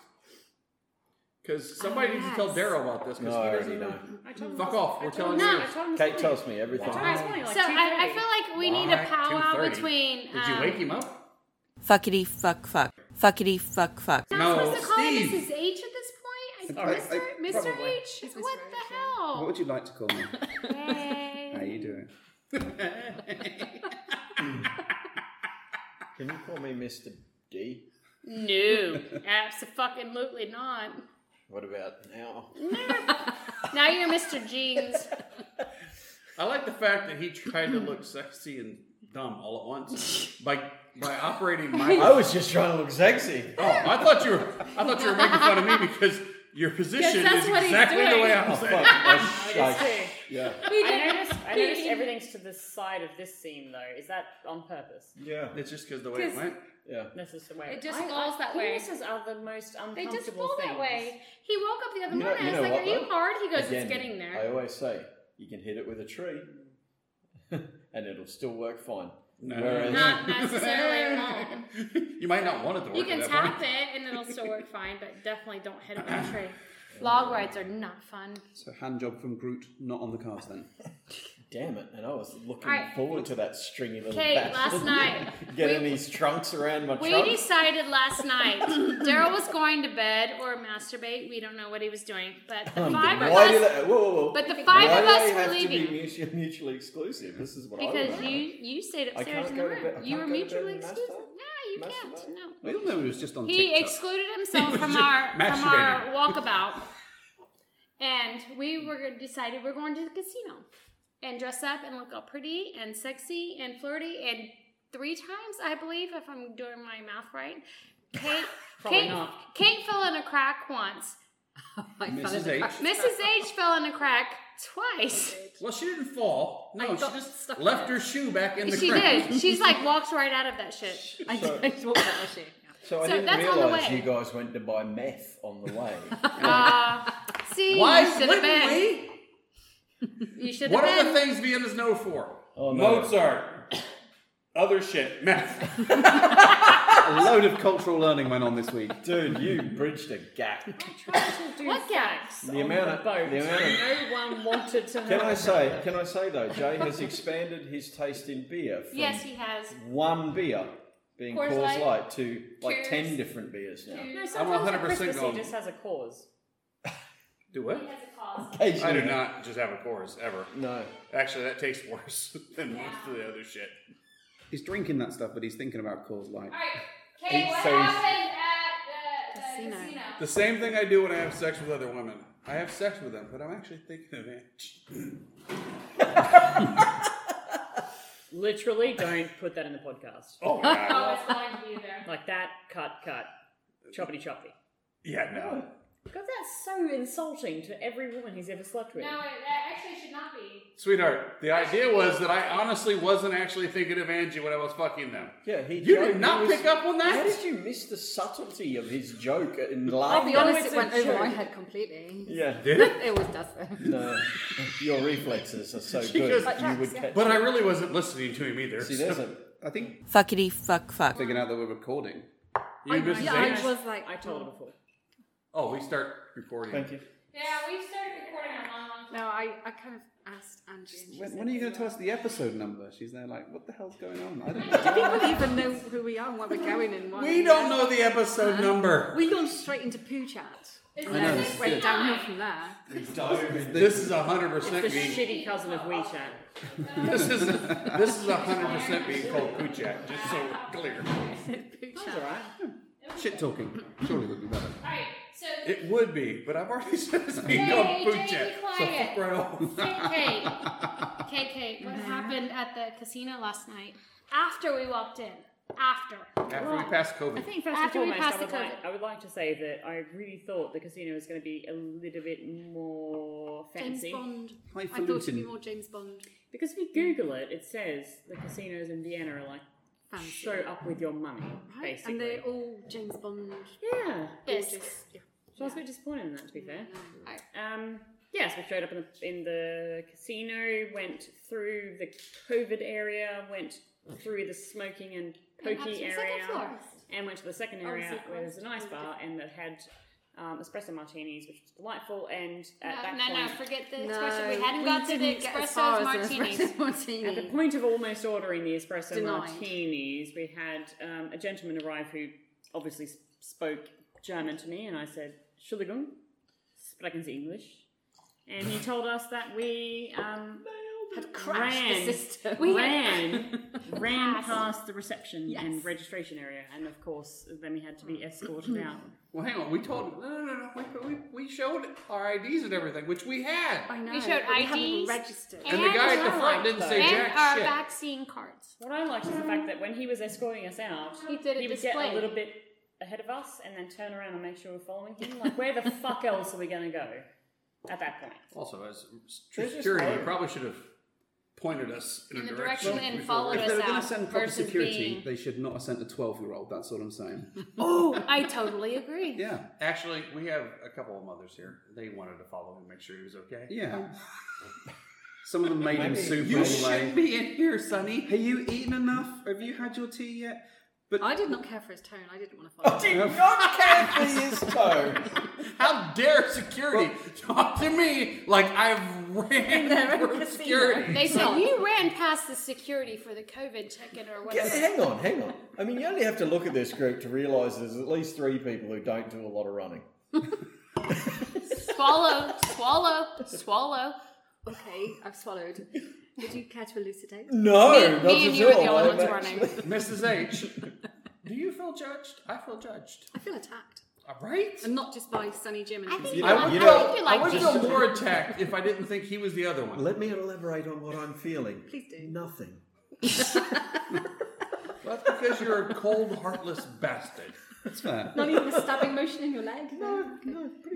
Because somebody needs to tell Daryl about this. Because No, I he already doesn't know. I told him Fuck this- off, I we're told telling him you. this- I told him this Kate morning. tells me everything. I told him this morning, like so I, I 2:30. feel like we need a Alright, powwow 2:30. between. Um, Did you wake him up? Fuckity, fuck, fuck, fuckity, fuck, fuck, Not No, supposed to call him Steve. Mrs. H at this point. I, I- Mr. I- Mr. probably. H, It's Mr. what H, the yeah. What hell? would you like to call me? How Hey. you doing? Can you call me Mr. D? No, absolutely not. What about now? Now you're Mr. Jeans. I like the fact that he tried to look sexy and dumb all at once by by operating my. I was just trying to look sexy. Oh, I thought you were. I thought you were making fun of me because your position that's is what he's exactly the doing. way I was. Oh, Fuck, I shite. Yeah. I noticed, I noticed everything's to the side of this seam, though. Is that on purpose? Yeah. It's just because the way it went. Yeah. This is the way It just falls that way. Penises are uh, the most uncomfortable They just fall things. that way. He woke up the other You know- morning. you I know was like, what, "Are you though? hard?" He goes, Again, "It's getting I there." always say you can hit it with a tree and it'll still work fine. No. Whereas, Not necessarily wrong. You might not want it to work. You at can that tap point. it and it'll still work fine, but definitely don't hit it on a tree. Log rides are not fun. So hand job from Groot, not on the cards then. damn it, and I was looking Alright. forward to that stringy little Kate, bastard last night getting we- these trunks around my We trunk. decided last night Daryl was going to bed or masturbate. We don't know what he was doing, but the five of Why do us they- whoa, whoa, whoa. but the five Why of do us they were have leaving. To be mutually, mutually exclusive. This is what I because remember. you you stayed I upstairs can't in the go to bed- room. I You were can't go to bed mutually and exclusive. masturbate? No, you can't. Masturbate? No. We all know he was just on He TikTok. excluded himself from our from our masturbating. walkabout, and we were gonna- decided we're going to the casino and dress up and look all pretty and sexy and flirty and three times I believe if I'm doing my math right, Kate Probably Kate, not. Kate fell in a crack once. Mrs. H. Mrs. H fell in a crack twice. Well, she didn't fall. No, I she got just stuck left in it. her shoe back in the She crack. did. She's like walked right out of that shit. I don't want that machine. So I So didn't that's on the realise way. you guys went to buy meth on the way. Uh, see, Why you should have wouldn't been. we? You should have What are the been. things Vienna's known for? Oh, no. Mozart. Other shit. Meth. a load of cultural learning went on this week. Dude, you bridged a gap. What gaps? The amount of boat. the amount of No one wanted to Can know. I say? Can I say though? Jay has expanded his taste in beer from Yes, he has. one beer being Coors Coors, Light, Light, to like Coors, ten different beers now. Coors. No, I'm sometimes the 100% Christmas going- just has a cause. He Do what? has a cause. Occasionally. I do not just have a chorus ever. No. Actually, that tastes worse than most of the other shit. He's drinking that stuff, but he's thinking about Coors All Light. right, Kate, what So he's- happened at the, the Casino. casino? The same thing I do when I have sex with other women. I have sex with them, but I'm actually thinking of it. Literally, don't put that in the podcast. Oh my Oh, god. it's going to be there. Like that, cut, cut, choppity choppy. yeah, no. God, that's so insulting to every woman he's ever slept with. No, it, that actually should not be. Sweetheart, the idea was that I honestly wasn't actually thinking of Angie when I was fucking them. Yeah, he. You joked- did not he was- pick up on that? How did you miss the subtlety of his joke in I'll laughter? be honest, it went over my head completely. Yeah. It was does. No. Your reflexes are so She good. goes- you would catch. But I really wasn't listening to him either. She so- doesn't. I think fuckity fuck fuck. figuring out that we're recording. You and Mrs. Yeah, I H? was like, "Hmm." I told her before. Oh, we start recording. Thank you. Yeah, we started recording a long, long time. no, I, I kind of asked Angie. And she When, said, when are you going to tell us the episode number? She's there like, what the hell's going on? I don't Do know. people even know who we are and where we're going and why? We don't know the episode number. We launched straight into poo chat. It's And then know, it it's went good. downhill from there. This is 100% It's the being shitty cousin of WeChat. This is this is hundred percent being called Kuchak, just so we're clear. Poo chat. Shit talking. Surely would be better. All right, so It would be, but I've already said it's being Hey, called Jamie, Kuchak. So quiet. fuck right off. Kate, Kate, Kate, Uh-huh. what happened at the casino last night after we walked in? After. After we pass COVID. I think first After we and foremost, pass I the would, like, COVID. I would like to say that I really thought the casino was going to be a little bit more James fancy. Bond. I Highfalutin. thought it'd be more James Bond. Because if you Google it, it says the casinos in Vienna are like, Fancy. show up with your money, Right? basically. And they're all James Bond. yeah. Yes. Gorgeous. Yeah. So I was a bit disappointed in that, to be fair. I- Um, yes, we showed up in the, in the casino, went through the COVID area, went through the smoking and Went up to pokey the second area, floor. and went to the second the area second where there's an ice bar and that had um, espresso martinis, which was delightful. And at that no, no, no, point, forget the No, espresso. We hadn't we got to the didn't get as far espressos as the martinis. espresso martini. At the point of almost ordering the espresso Denied. martinis, we had um, a gentleman arrive who obviously s- spoke German to me, and I said, Entschuldigung, sprechen Sie English? And he told us that we um, had crashed the ran, system. We We ran, ran past the reception and registration area, and of course, then we had to be escorted out. Well, hang on. We told him. No, no, no. no. We, we, we showed our IDs and everything, which we had. I know. We showed but we haven't IDs. registered. And the guy at the our- front didn't say and jack our shit. vaccine cards. What I liked is the fact that when he was escorting us out, He did it would displayed. get a little bit ahead of us and then turn around and make sure we're following him. Like, where the fuck else are we going to go at that point? Also, as s- They're just security, they hired. probably should have pointed us in, In a the direction, direction and before followed we- us If they were going out to send proper versus security, being- they should not have sent a 12 year old. That's all I'm saying. Oh, I totally agree. Yeah. Actually, we have a couple of mothers here. They wanted to follow him, make sure he was okay. Yeah. Some of them made him Maybe. super You late. should be in here, Sonny. Have you eaten enough? Have you had your tea yet? But I did not care for his tone. I didn't want to follow. him. Not carefully his toe. How dare security talk to me like I've ran through security? They said you ran past the security for the COVID check-in or Yeah, whatever. hang on, hang on. I mean, you only have to look at this group to realise there's at least three people who don't do a lot of running. swallow, swallow, swallow. Okay, I've swallowed. Would you care to elucidate? No, Me- not me at and you were the all. only I'm ones actually- running. Mrs. H, do you feel judged? I feel judged. I feel attacked, All right? and not just by Sunny Jim. And I think You you, don't- I you think don't- you I like would me. feel more attacked if I didn't think he was the other one. Let me elaborate on what I'm feeling. Please do. Nothing. Well, that's because you're a cold, heartless bastard. that's fair. not even a stabbing motion in your leg. No.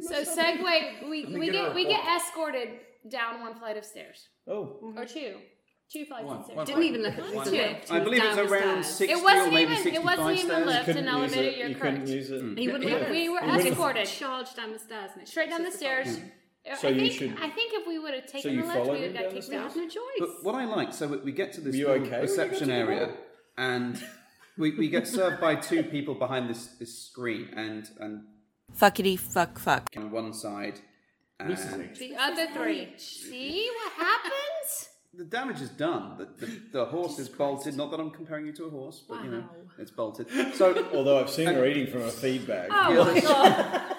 So segue, we, we get her get a we get escorted down one flight of stairs Oh, or two, two flights One- of stairs. one Didn't even look at One the leg. lift. I believe it's Down the around stairs. 60 It wasn't or maybe even- it 65 wasn't even stairs. lift. It's couldn't an use elevator, it. you're you couldn't correct. use it. He wouldn't let us. We were He wouldn't escorted Charge down the stairs. And it straight down the hits us stairs. So I you think, should- I think if we would have taken you the lift, we followed would have got him down the kicked We out. had no choice. But what I like, so we- we get to this Were you little okay? reception We got to the area, door. and we, we get served by two people behind this, this screen, and and Fuckity fuck fuck. on one side, and The other three. See what happens? the damage is done. The, the, the horse is bolted. Not that I'm comparing you to a horse, but you know, it's bolted. So Although I've seen her eating from a feed bag. Oh, Oh, Yeah, that's-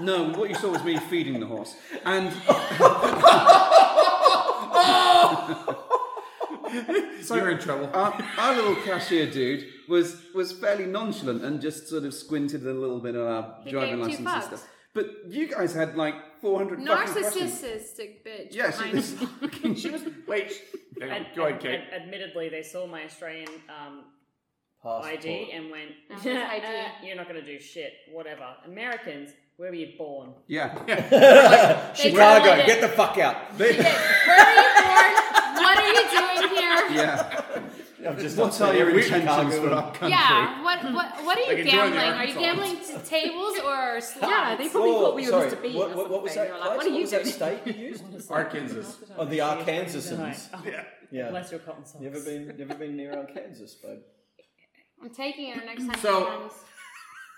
No, what you saw was me feeding the horse. And. so, You're in trouble. Um, Our, our little cashier dude was was fairly nonchalant and just sort of squinted a little bit at our driving gave two license and fucks. stuff. But you guys had like 400 fucking questions. Narcissistic bitch. Yeah, she behind was me. fucking. She was. Wait. Ad- Go ahead, ad- Kate. ad- admittedly, they saw my Australian um, ID and went, it's ID. "Uh, "You're not going to do shit. Whatever." Americans, where were you born? Yeah. Chicago, get the fuck out. Where are you born? What are you doing here? Yeah. I'm just What not are your saying we're intentions Chicago. for our country? Yeah. What what what are Like you enjoying the gambling? Are you Arkansas. gambling to tables or slots? Yeah, they probably Oh, thought we were sorry. Mr. Bean. What, or what, what was something. that? They were Like, Like, what are you was that doing? state you used? Arkansas. oh, the Arkansasans. Yeah. Yeah. Bless your cotton socks. You ever been? You ever been near Arkansas, babe? I'm taking her next time. So- she comes.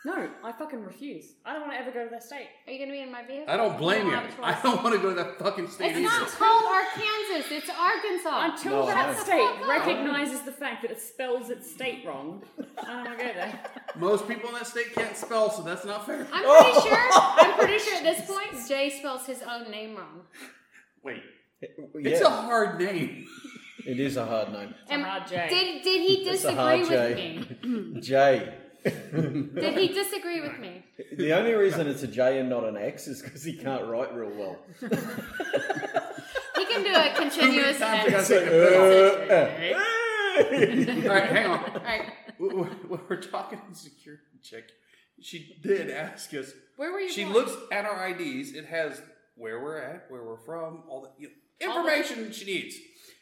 No, I fucking refuse. I don't want to ever go to that state. are you gonna be in my vehicle? I don't blame You you. have a I choice. don't want to go to that fucking state It's either. not called Arkansas. It's Arkansas. Until No, that no. state recognizes the fact that it spells its state wrong, I don't want to go there. Most people in that state can't spell, so that's not fair. I'm pretty sure. I'm pretty sure at this point, Jay spells his own name wrong. Wait. It's a hard name. it is a hard name. Am- hard J. Did did he It's a disagree hard with J. me? J. Did he disagree with me? The only reason it's a J and not an X is because he can't write real well. He can do a continuous. times you gotta and- say- uh, All right, hang on. All right, W- w- When we're talking to the security chick, she did ask us. where were you? She born? looks at our IDs. It has where we're at, where we're from, all the you know, information she needs.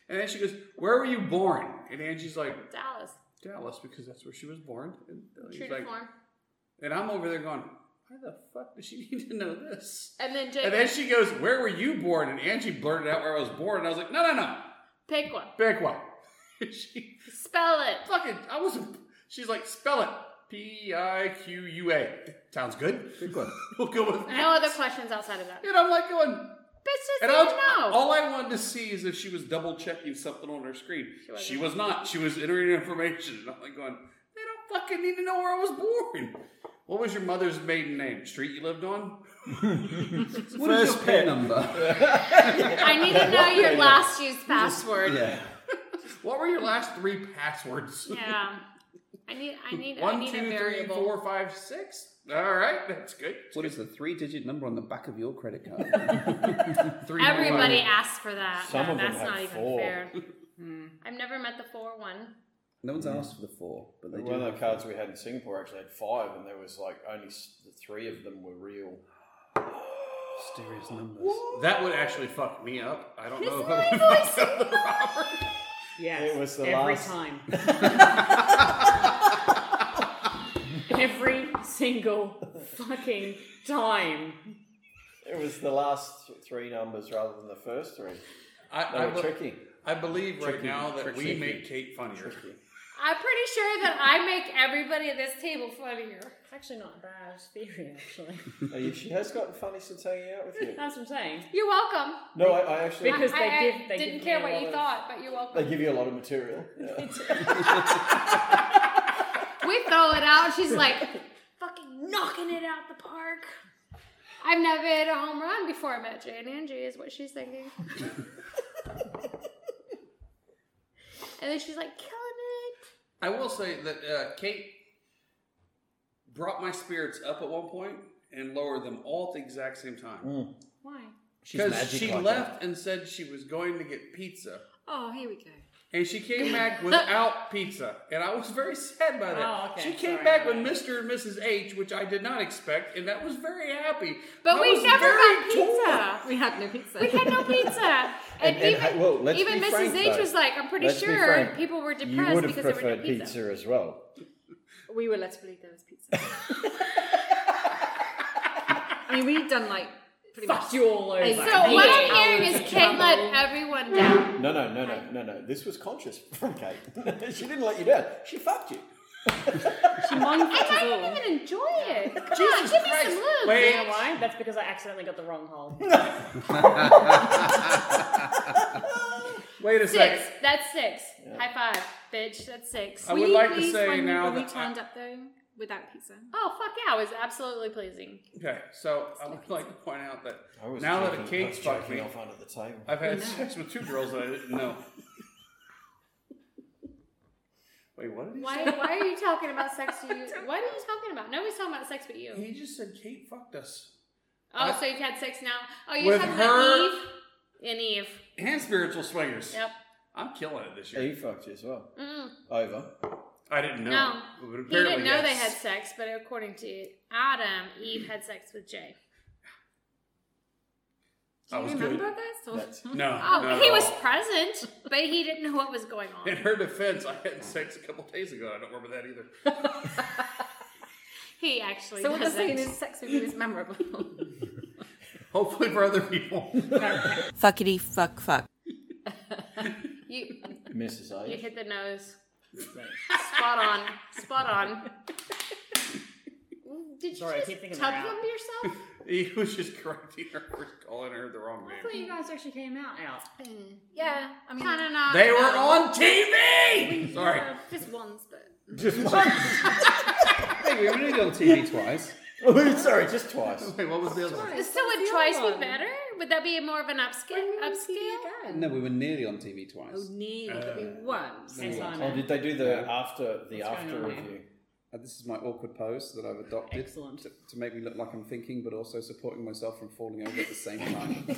And then she goes, "Where were you born?" And Angie's like, Dallas. "Dallas, because that's where she was born." And, uh, he's True to like, form. and I'm over there going, "Why the fuck does she need to know this?" And then Jay, And then she goes, "Where were you born?" And Angie blurted out where I was born, and I was like, "No, no, no, pick one. Bequa." she Spell it. fucking, I was. She's like, "Spell it." P I Q U A. Sounds good. Good one. We'll go with that. No other questions outside of that. And I'm like going, Bitch and doesn't I even know. all I wanted to see is if she was double checking something on her screen. She, was not. She was entering information. And I'm like going, they don't fucking need to know where I was born. What was your mother's maiden name? Street you lived on? What is your pin number? I need to know your last used password. yeah. What were your last three passwords? Yeah. I need. I need. I One, need two, a three, variable. four, five, six. All right, that's good. What is the three digit number on the back of your credit card? Three, Everybody five. asks for that. Some No, of them that's have not even four. fair. I've never met the four one. no one's asked for the four, but they do. One of have the cards we had in Singapore actually had five, and there was like only s- the three of them were real. mysterious numbers. That would actually fuck me up. I don't know if my I would voice. fuck up the Robert. Yes, It was the every last- time. every single fucking time. It was the last th- three numbers rather than the first three. I, They I, were be- Oh, tricky. I believe right Tricky, now that we tricky. make Kate funnier. I'm pretty sure that I make everybody at this table funnier. It's actually not a bad theory, actually. Oh, yeah, she has gotten funny since hanging out with you. That's what I'm saying. You're welcome. No, I, I actually. Because they I, I give, they didn't give care what me a lot you of- thought, but you're welcome. They give you a lot of material. Yeah. we throw it out. She's like, fucking knocking it out the park. I've never hit a home run before I met Jay and Angie, is what she's thinking. and then she's like, killing I will say that uh, Kate brought my spirits up at one point and lowered them all at the exact same time. Mm, She's Because magic. she like left and said she was going to get pizza. Oh, here we go. And she came back without pizza. And I was very sad by that. Oh, okay. She came Sorry. back with Mr. and Mrs. H, which I did not expect, and that was very happy. But I we was never very got pizza. torn. We had no pizza. it. We had no pizza. And, And- and even, hey, well, let's even be Mrs. frank, H though. was like, I'm pretty Let's be sure frank. people were You depressed would have because there were no preferred pizza. pizza as well. we were led to believe there was pizza. I mean, we'd done like pretty Fuck much. you all over. Hey, So what Yeah. I'm hearing is Kate let everyone down. No, no, no, no, no, no. This was conscious from Kate. she didn't let you down. She fucked you. she mindfucked us all. I didn't even enjoy it. Come on, Jesus give me Christ. some lube. Wait. man. You know why? That's because I accidentally got the wrong hole. Wait a Six. sec. That's six. High five, bitch. That's six. I Were would you like to pleased say when, now when we that I- turned up though without pizza? Oh fuck yeah! It was absolutely pleasing. Okay, so I would like to point out that I was now that a joking- kid's I was fucked joking me, off under the table. I've had sex with two girls that I didn't know. Wait, what did he Why? Why are you talking about sex? To you? What are you talking about? Nobody's talking about sex but you. say? He just said Kate fucked us. Oh, so you've had sex now? Oh, you're With talking her- about Eve and Eve. And spiritual swingers. Yep. I'm killing it this year. He fucked you as well. Over. I didn't know. No. But He didn't apparently, know they yes. had sex, but according to Adam, Eve had sex with Jay. Do you was remember good. this? Or- No. Oh, not at he all. was present, but he didn't know what was going In on. her defense, I had sex a couple days ago. I don't remember that either. He actually so what they're doesn't. saying is sex with you is memorable. Hopefully for other people. Fuckity fuck fuck. you, Mrs. A. you hit the nose. Spot on. Spot on. Did you Sorry, I just keep thinking tub they're them yourself? he was just correcting her for calling her the wrong I thought name. you guys actually came out out. Yeah, I mean, kind of not. They were on TV! Sorry. Just once, but Hey, we only did it on TV twice. Oh, sorry, just twice. Wait, what was the other one? So would twice be better? Would that be more of an upscale? Upscale? No, we were nearly on TV Oh, twice. Nearly, but we weren't. Hey, Simon. Oh, did they do the after the What's after going on here? review? Uh, This is my awkward pose that I've adopted Excellent. To, to make me look like I'm thinking, but also supporting myself from falling over at the same time.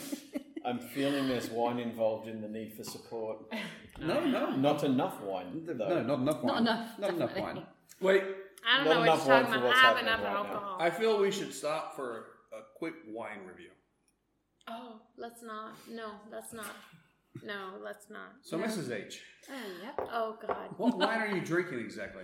I'm feeling there's wine involved in the need for support. no, no, Not enough wine, though. no, not enough wine. enough, Not enough definitely. wine. Wait, I don't Not know what enough you're talking wine for about. what's I have happening enough right now. alcohol. I feel we should stop for a quick wine review. Oh, let's not. No, let's not. No, let's not. So, Mrs. H, Oh God. what wine are you drinking exactly?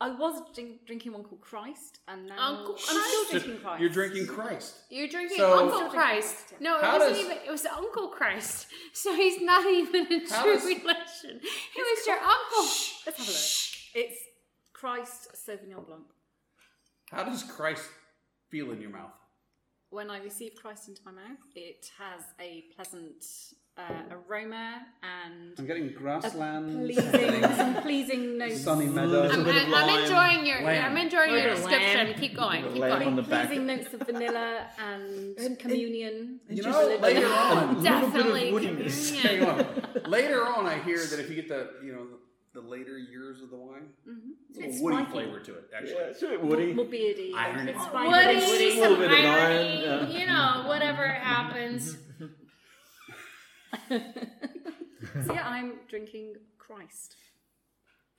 I was drink, drinking one called Christ, and now Uncle I'm still Christ? drinking Christ. You're drinking Christ. You're drinking So- Uncle Christ. No, it How wasn't does- even. It was Uncle Christ. So he's not even a How true does- relation. He was your uncle. Let's have a look. It's Christ Sauvignon Blanc. How does Christ feel in your mouth? When I receive Christ into my mouth, it has a pleasant uh, aroma and I'm getting grasslands, pleasing, some pleasing notes. sunny meadows. I'm, bit of I'm lime, enjoying your. I'm enjoying Little your description. lamb. Keep going. Keep Lamb on going. the back. Pleasing notes of vanilla and, communion. You know, later on, Definitely. woodiness. Yeah. hang on. later on, I hear that if you get the you know the later years of the wine, Mm-hmm. it's a It's little woody spiky. flavor to it. Actually, Yeah, it's a bit woody. More beardy. Iron. It's fine. Woody, Woody, some little bit of irony, iron, yeah. you know, whatever happens. So yeah, I'm drinking Christ.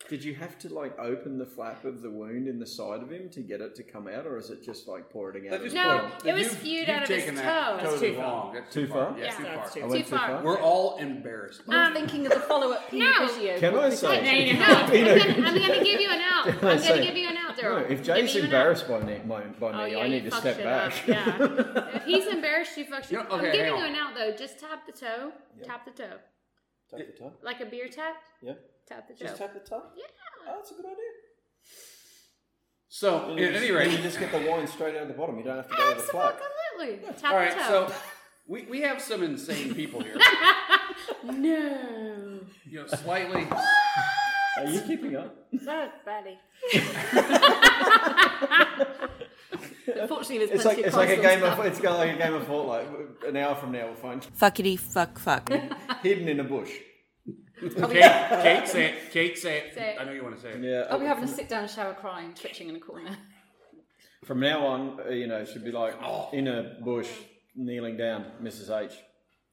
Did you have to like open the flap of the wound in the side of him to get it to come out, or is it just like pouring out? That of just the No, wound? it was You've- spewed you've out of his toe. taken that That's totally too far. wrong. That's Too far? Yeah, Yeah, too that's far. I too- went Too too far. far. We're all embarrassed. I'm thinking of the follow-up Pinot no. Grigio. Can I say? No, you know, Pinot I'm gonna, Grigio. I'm gonna give you an out. I'm gonna say- give you an out, No, Daryl. if Give Jay's you an out. embarrassed by me, by, by Oh, me yeah, I need you to fucked step shit Up. back. Yeah. if he's embarrassed, you fuck shit. You know, up. okay, I'm hang giving on. you an out though. Just tap the toe. Tap the toe. Tap the top. Like a beer tap. Yeah. Tap the toe. Just tap the top. yeah. Oh, that's a good idea. So, at And you just- any you rate, just get the wine straight out of the bottom. You don't have to go to the flap. Absolutely. Tap all right. the toe. So, we, we have some insane people here. No. You know, slightly. Are you keeping up? No, barely. Unfortunately, there's plenty It's like of it's like Christ a on game of stuff. it's got like a game of Fortnite. An hour from now, we'll find Fuckity fuck fuck. hidden in a bush. Kate, Kate, say it. Kate, say it. Say it. I know you want to say it. Yeah. Oh, I'll be having a sit-down shower crying, twitching in a corner. From now on, uh, you know, it should be like in a bush, kneeling down, Mrs. H.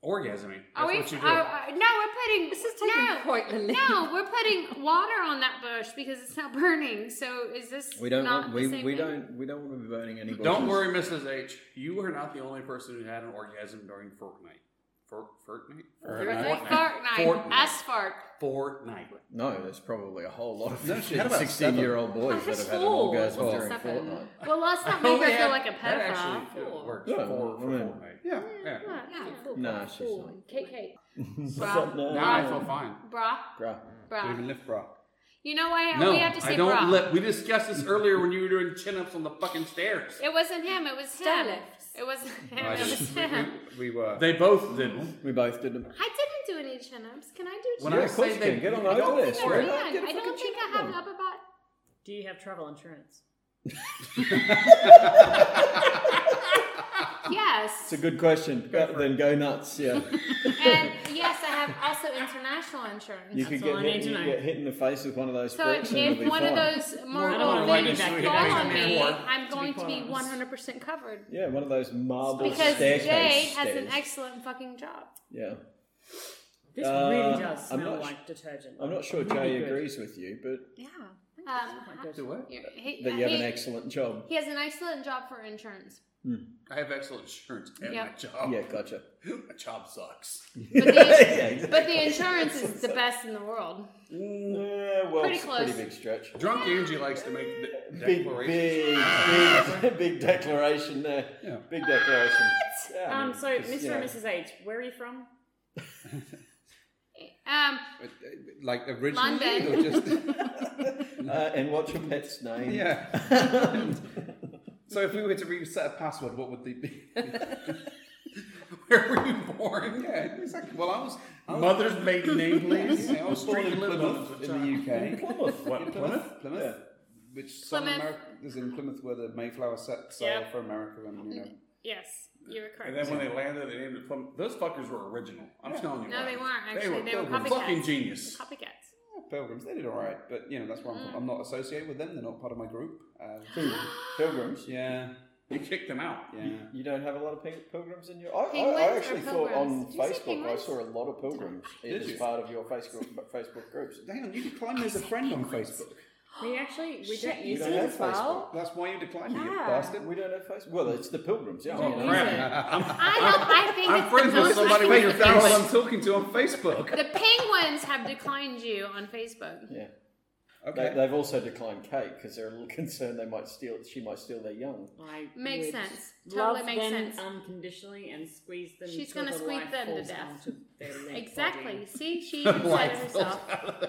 Orgasming. Are That's we, what you do. are- are- no, we're putting. This is taking no, quite the leap. No, we're putting water on that bush because it's not burning. So is this We don't. not Want, we the same we thing? don't. We don't want to be burning any. uh, Bushes. Don't worry, Mrs. H. You are not the only person who had an orgasm during Fortnite. For, Fortnite? Like Fortnite. Fortnite. Fortnite. Ass fart. Fortnite. No, there's probably a whole lot of No shit, how about seven? sixteen-year-old boys that have had an four, orgasm wasn't during it seven? Fortnite. Oh, Well, let's not make her feel like a pedophile. works. for, Yeah, for I mean- Fortnite. Yeah. yeah. Yeah, Nah, she's not. Kate, Kate, Nah, Now I feel fine. bra, Bruh. bra. Even lift bra. You know why No, we have to say I don't bra? lift. We discussed this earlier when you were doing chin ups on the fucking stairs. It wasn't him. It was him. Stairlifts. It wasn't him. I It was just- him. We were. They both did them. We both did them. I didn't do any chin-ups. Can I do When Yeah, I of course say you they can. Get on I over don't this, think right? I- Yeah, I, get a fucking don't think I chin-up have on. an upper body. Do you have travel insurance? Yes. It's a good question. then go nuts. Yeah, and yes, I have also international insurance. you could all get I hit, need to you know. get hit in the face with one of those. So forks and it'll if be one of fine. those marble than things likely fall on to me, be I'm going to quite be honest. 100% covered. Yeah, one of those marble Because staircase Jay has stairs. an excellent fucking job. yeah, This Uh, really does I'm smell not like detergent. I'm not sure Really Jay good. agrees with you, but Um, Do what? he, that you have an he- excellent job. he has an excellent job for insurance. I have excellent insurance at Yeah. my Oh. job. Yeah, gotcha. My job sucks. But the, Yeah, exactly. but the insurance is the best in the world. Mm, Yeah, well, Pretty it's a close. pretty big stretch. Drunk Angie likes to make the Big, declarations. big, big, big declaration there. Yeah. Big declaration. Yeah, I Um, mean, so, just, Mr. you and know, Mrs. H, where are you from? Um, Like originally, London. or just Uh, and what's your pet's name? Yeah. so if we were to reset a password, what would they be? where were you born? yeah, exactly. Well, I was. I was Mother's maiden name, please. Yeah, I was born in Street you lived on Plymouth as a in the UK. Plymouth. What, Plymouth? Plymouth, Yeah. which some Plymouth. Ameri- is in Plymouth where the Mayflower set sail Yeah. for America, and you know, yes, you're And correct. then when they landed, they named it Plymouth. Those fuckers were original. I'm telling you. No, what. they weren't, actually. They were fucking copycats. fucking genius. Copycats. oh, pilgrims. They did all right, but you know that's why I'm, I'm not associated with them. They're not part of my group. Uh, Pilgrims. yeah, You kicked them out. yeah. You don't have a lot of pil- pilgrims in your. I, I, Penguins I or actually thought on pilgrims? Did you say Facebook I penguins? saw a lot of pilgrims Did as you? part of your Facebook Facebook groups. Hang on, you declined me as a friend on Facebook. We actually, we don't You use don't it have as well. Facebook. That's why you declined me, you Yeah. bastard. We don't have Facebook. Well, it's the pilgrims. Yeah. Oh, crap. I don't. I think I'm it's friends the with most somebody fucking- with your That's what family. I'm talking to on Facebook. The penguins have declined you on Facebook. Yeah. They, Okay. they've also declined Kate because they're a little concerned they might steal. She might steal their young. I Makes would sense. love Totally makes them sense. unconditionally and squeeze them. She's till gonna the squeeze life them to falls death. out of their leg Exactly. body. See, she even said it herself.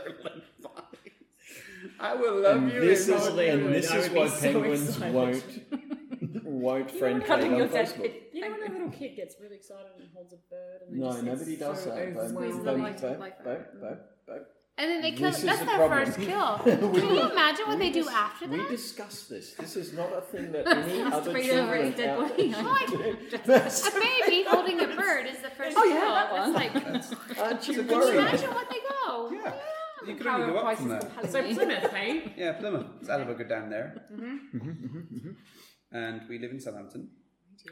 I would love you. This if I is would do and it. this I is would why be so penguins excited. won't won't friend Kate Cutting on your desk. Facebook. It- You know when a little kid gets really excited and holds a bird and they No, just nobody it's does so that. Babe, overwhelming. the babe, light babe, like that. babe, babe, babe. And then they kill. This is That's the their problem. first kill. Can you imagine what we they do dis- after We that? discuss this. This is not a thing that any other read over children his dead out body. a baby holding a bird is the first Oh, kill. yeah, that one. That's like, Aren't you can you worried? imagine what they go? Yeah. You could Power only go up prices from there. compelling So me. Plymouth, hey? Yeah, Plymouth. It's Alabaga down there. and we live in Southampton.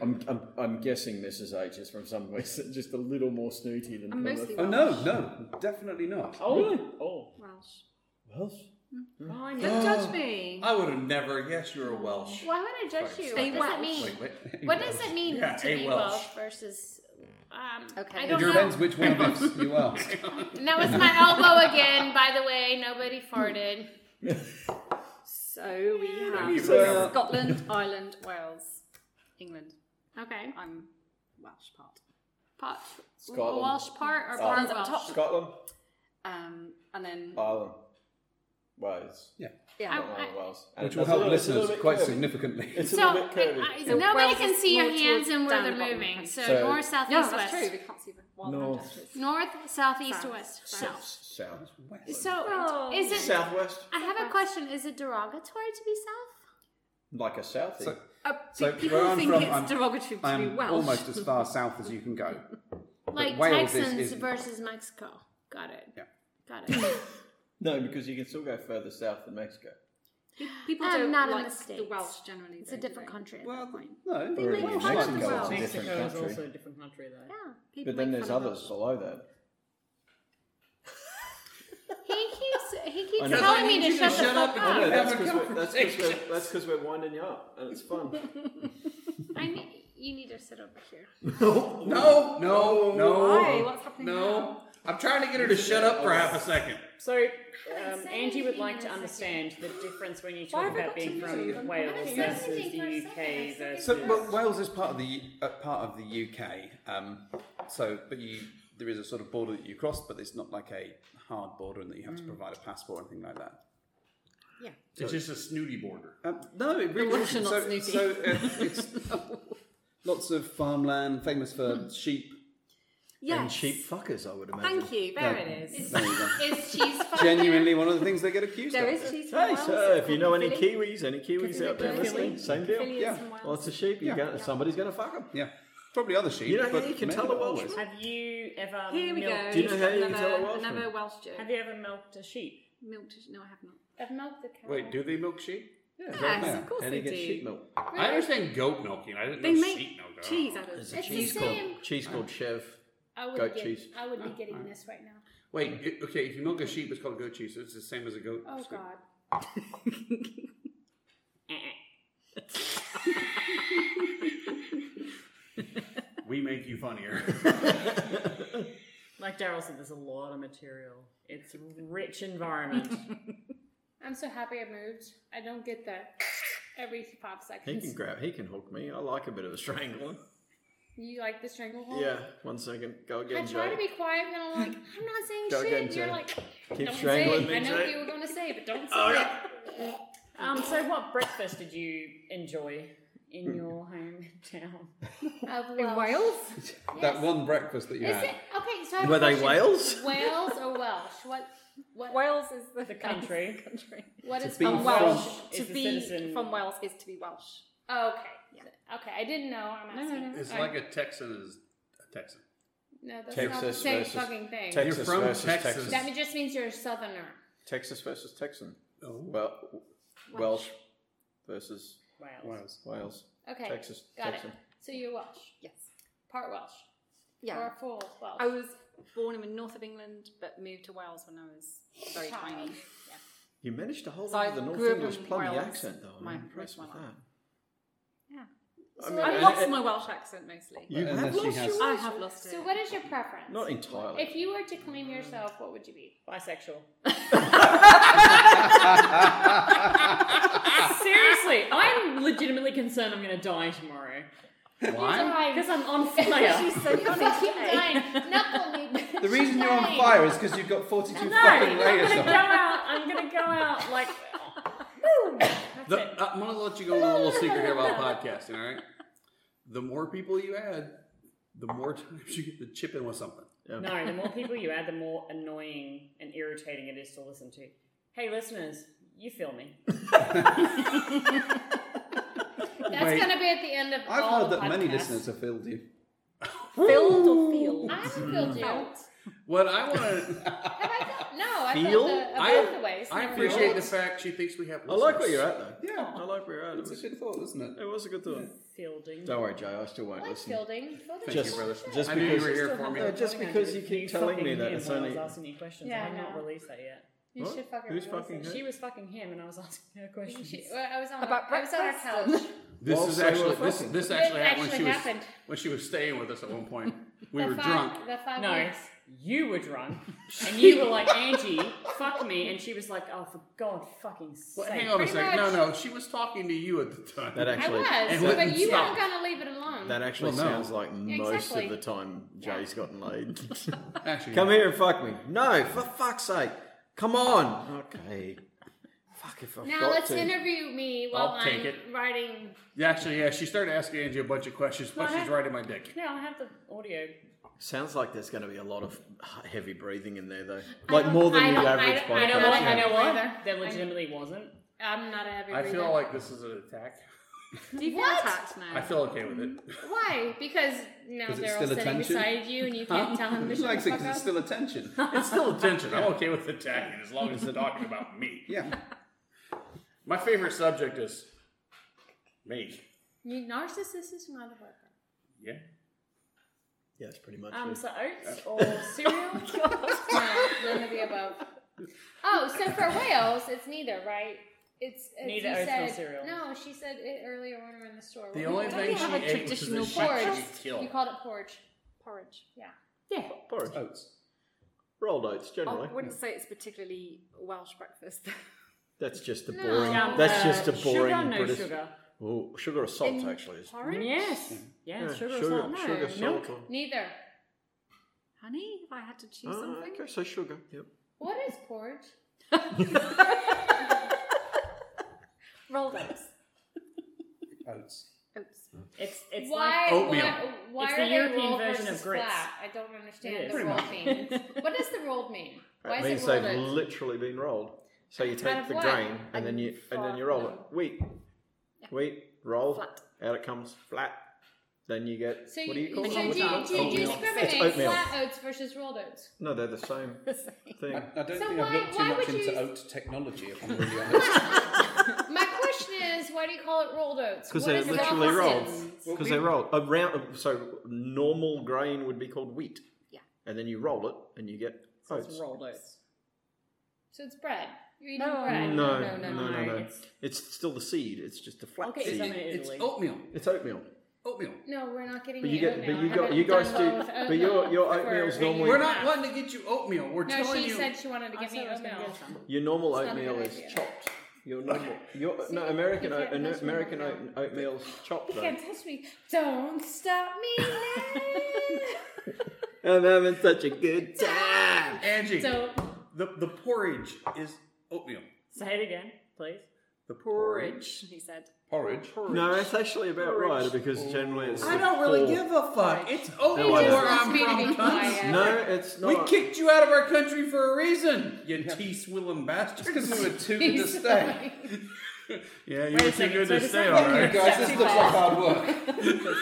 I'm, I'm, I'm guessing Mrs H is from somewhere s- just a little more snooty than I'm Plymouth. mostly Oh, no, no, definitely not. Oh, oh. Welsh. Welsh. I Oh. Don't judge me. I would have never. Yes, you're a Welsh. Why would I judge you? Stay What does it Welsh. mean? Wait, What does it mean Yeah, to a be Welsh. Welsh, versus? Um, Okay. I It don't It know. depends which one of us you are. And that was my elbow again. By the way, nobody farted. So we have Well- Scotland, Ireland, Wales, England. Okay. I'm Welsh part. Pot. Scotland. Welsh part or part Scotland's Welsh? up top. Scotland, Um, and then Oh. Ireland, Wales. yeah, I- Not Ireland, Wales. And Which will it's a help little- it's a little listeners bit quite curvy. significantly. It's a So, little bit curvy. I- So nobody Wales can is see your more hands towards and where down they're the bottom. moving. So, So- north, south, yeah, east, that's west. true. We can't see the wild No. gestures. North, south, east, South. Oh. west, South. south. South. So, Well- is it? Southwest. I have a question. Is it derogatory to be south? Like a southie. So, Uh, So people where I'm think from, it's I'm- derogatory to be I'm Welsh. almost as far south as you can go. Like Wales is- Texans is- versus Mexico. Got it. Yeah. Got it. No, because you can still go further south than Mexico. people Um, don't not in like the the States. Welsh generally. It's a though, do different they? country at Well, that point. no. They make Well, fun of Mexico the is Welsh. a different Mexico is country. also a different country, though. Yeah. people But then make there's fun of others Welsh. below that. He keeps he I keeps know. telling I me need to you to shut the shut up fuck and No, up. have that's a because we're, that's 'cause we're, conversation. that's 'cause we're winding you up, and it's fun. I need you need to sit over here. No, no, no. Why? What's happening No. I'm trying to get her to shut up for half a second. So, haven't um, said Angie would anything like in to a understand the difference when you Why talk have I about got to being lose from them? I Wales haven't said versus anything for a second. the I UK said versus. So, well, Wales is part of the uh, part of the UK. Um, so, but you there is a sort of border that you cross, but it's not like a hard border, and that you have to provide a passport or anything like that. Yeah. It's just a snooty border. Um, no, it really Lots isn't. and So, lots so uh, it's lots of farmland, famous for sheep Yes. And sheep fuckers, I would imagine. Thank you. There Yeah. it is. There you go. Is cheese fun? Genuinely, one of the things they get accused There of. is cheese. Hey, from so Wales, if you know any Piccadilly. Kiwis, any Kiwis out there Piccadilly. listening, same deal. Piccadilly is Yeah. from Wales. Lots of sheep. You Yeah. gonna- somebody's going to fuck them. Yeah, probably other sheep. You know how but you can men tell a don't always. Welshman? Have you ever Here we milked, go. Do you know He's how got you can another, tell a Welshman? Another Welsh joke. Have you ever milked a sheep? Milked? No, I have not. I've milked the cow. Wait, do they milk sheep? Yes, of course And they you get do. sheep milk. I understand goat milking. I didn't They know make sheep milk. at all. cheese out of There's it. a It's the cheese called same. cheese called Chev. I would goat get, cheese. I would be Oh, getting this right now. Wait, it- okay, if you milk a sheep, it's called goat cheese. It's the same as a goat. Oh scoop. God. Eh, We make you funnier. Like Daryl said, there's a lot of material. It's a rich environment. I'm so happy I moved. I don't get that every five seconds. He can grab. He can hook me. I like a bit of a strangling. You like the Oh. stranglehold? Yeah. One second. Go I again, try Jay. to be quiet, and I'm like, I'm not saying Go shit. again, and You're Jay. like, Keep don't say strangling it. me, I know Jay. what you were going to say, but don't say Oh, it. yeah. um, so, what breakfast did you enjoy in your hometown? In Of Welsh. Wales? That one breakfast that you Is had. it okay? So I have Were a they question. whales? Whales or Welsh? What? What? Wales is the, The country. country. What is be Welsh? from- Welsh. Is To the be citizen- from Wales is to be Welsh. Oh, okay. Okay, I didn't know. I'm No, no, asking. no. It's All like right. a Texan is a Texan. no, that's not the Texas same versus fucking thing. Texas You're from versus Texas. Texas. that just means you're a southerner. Texas versus Texan. Oh. Well, Welsh versus Wow. Wales. Wales. Okay, Texas. got Texan. it. So you're Welsh, Yes. part Welsh, Yeah. or full Welsh. I was born in the north of England, but moved to Wales when I was very Child. tiny. You managed to hold So on I to the North grew up English in plummy Wales accent, though. I'm my- impressed with most of my that. Yeah. I mean, I and- lost and- my Welsh accent mostly. You Unless have she lost has- your I have lost it. So what is your preference? Not entirely. If you were to claim yourself, what would you be? Bisexual. Seriously, I'm legitimately concerned I'm going to die tomorrow. Why? Because I'm on fire. She's so funny. Keep dying. Knuckle The reason you're on fire is because you've got 42 fucking layers I'm gonna on. go out. I'm gonna go out like. The, Uh, I'm going to let you go on a little secret here about podcasting, all right? The more people you add, the more times you get to chip in with something. No, the more people you add, the more annoying and irritating it is to listen to. Hey, listeners, you feel me? That's Wait. gonna be at the end of I've all heard the that many podcasts. listeners have filled you. Filled or field? I Mm. filled you. Have What I want to, I filled? No, I Feel? filled the, I- about the ways. I Never appreciate mind. the fact she thinks we have. I listeners. like where you're at, though. Yeah. I like where you're at. It It's a was, good thought, isn't it? it was a good thought. Fielding. Don't worry, Jay. I still won't I like listen. fielding. Fielding Just, is bullshit. just I knew you were because. here for me. No, just because you keep telling me that it's when only. I was asking you questions. Yeah, I I have not know. released that yet. You What? should fucking. Who's release fucking it. who? She was fucking him, and I was asking her questions. She- well, I was on About our, I was on our couch. breakfast? This Well, is so actually we're this, fucking. this actually It happened when she actually was happened. when she was staying with us at one point. We the were five, drunk. The five No, weeks. you were drunk, and you were like, Angie, fuck me, and she was like, oh, for God fucking sake. Well, hang on a pretty second. No, much- no, she was talking to you at the time. That I actually. and was, let but them you stop. weren't gonna leave it alone. That actually Well, no. sounds like most exactly. of the time Jay's gotten laid. actually, Come here and fuck me. No, for fuck's sake. Come on. Okay. Fuck if I've now got let's to. interview me while I'll am take it. writing. Yeah, actually, yeah, she started asking Angie a bunch of questions, but she's riding my dick. No, I have the audio. Sounds like there's going to be a lot of heavy breathing in there, though. Like more than I your don't- I average don't- I podcast. don't like- I yeah. know Either. what? There legitimately wasn't. I'm not a heavy I reader. feel like this is an attack. Do you feel What? attacked now? I feel okay with it. why? Because now 'Cause it's they're all still sitting attention? beside you, and you can't tell him to She shut likes the it fuck because up. it's still attention. It's still attention. I'm okay with attacking as long as they're talking about me. Yeah. My favorite subject is me. you narcissistic motherfucker. Yeah. Yeah, it's pretty much Um, it. so oats or cereal? No, none of the above. Oh, so for Wales, it's neither, right? It's, it's Neither you oats nor said- cereal. Um, No, she said it earlier when we were in the store. The only What was thing it? she have a ate was the traditional shit porridge. she killed. You called it porridge. Porridge. Yeah. Yeah. Porridge. Oats. Rolled oats, generally. Oh, Oh, I wouldn't say it's particularly Welsh breakfast. That's just the No. boring. Yeah, that's Uh, just a boring sugar, no British. sugar. Oh, sugar or salt, In actually. Is, Porridge? Yes. Yeah, Yeah, sugar, or sugar, salt. No, sugar, milk. salt. or- Neither. Honey, if I had to choose Oh, something. okay, so sugar. Yep. What is porridge? Rolled oats. Oats. Oats. It's it's Why? like Why, why It's are the they European rolled version of versus grits. flat? I don't It understand is. the Pretty rolled much. mean. what does the rolled mean? Why It is means it they've rolled? oats? literally been rolled. So you Out take of the what? grain and then you and then you roll it. Flat. Wheat, wheat, roll. Flat. Out it comes flat. Then you get So what you, do you call so them? do you, do you Oatmeal. It's discriminate oatmeal. flat oats versus rolled oats? No, they're the same thing. I, I don't So think why- I've looked too why much would into you- oat technology, if I'm really honest. My question is, why do you call it rolled oats? Because What they're is the literally rolled. difference? Well, Because we- they roll a round. So normal grain would be called wheat. Yeah. And then you roll it, and you get so it's oats. rolled oats. So it's bread. You're eating No. bread. No, no, no, no. no, no. It's, It's still the seed. It's just a flat I'll get you seed. some in It's Italy. oatmeal. It's oatmeal. Oatmeal. No, we're not getting But you the get, oatmeal. but you I got, haven't you guys done well do. with But your oatmeal your for oatmeal's a normally year We're and a not half. wanting to get you oatmeal. We're No, telling she you. said she wanted to give I me said I was going to oatmeal. get some. your normal It's not a oatmeal good is idea. chopped. Your normal your no See, American you oat, can't an- touch me American right oat, oatmeal's chopped You though. can't touch me. Don't stop me now. I'm having such a good time. Angie, so the, the porridge is oatmeal. Say it again, please. The porridge. He said. Porridge. No, it's actually about right because generally it's. I don't really four. give a fuck. It's It oatmeal just where wants I'm me to be from. quiet. cunts. No, it's We not. kicked you out of our country for a reason, you T-swilling bastards. Because we were too good to stay. yeah, you Wait a were too second, good so to does stay. that All mean- right. You guys, this looks like hard work.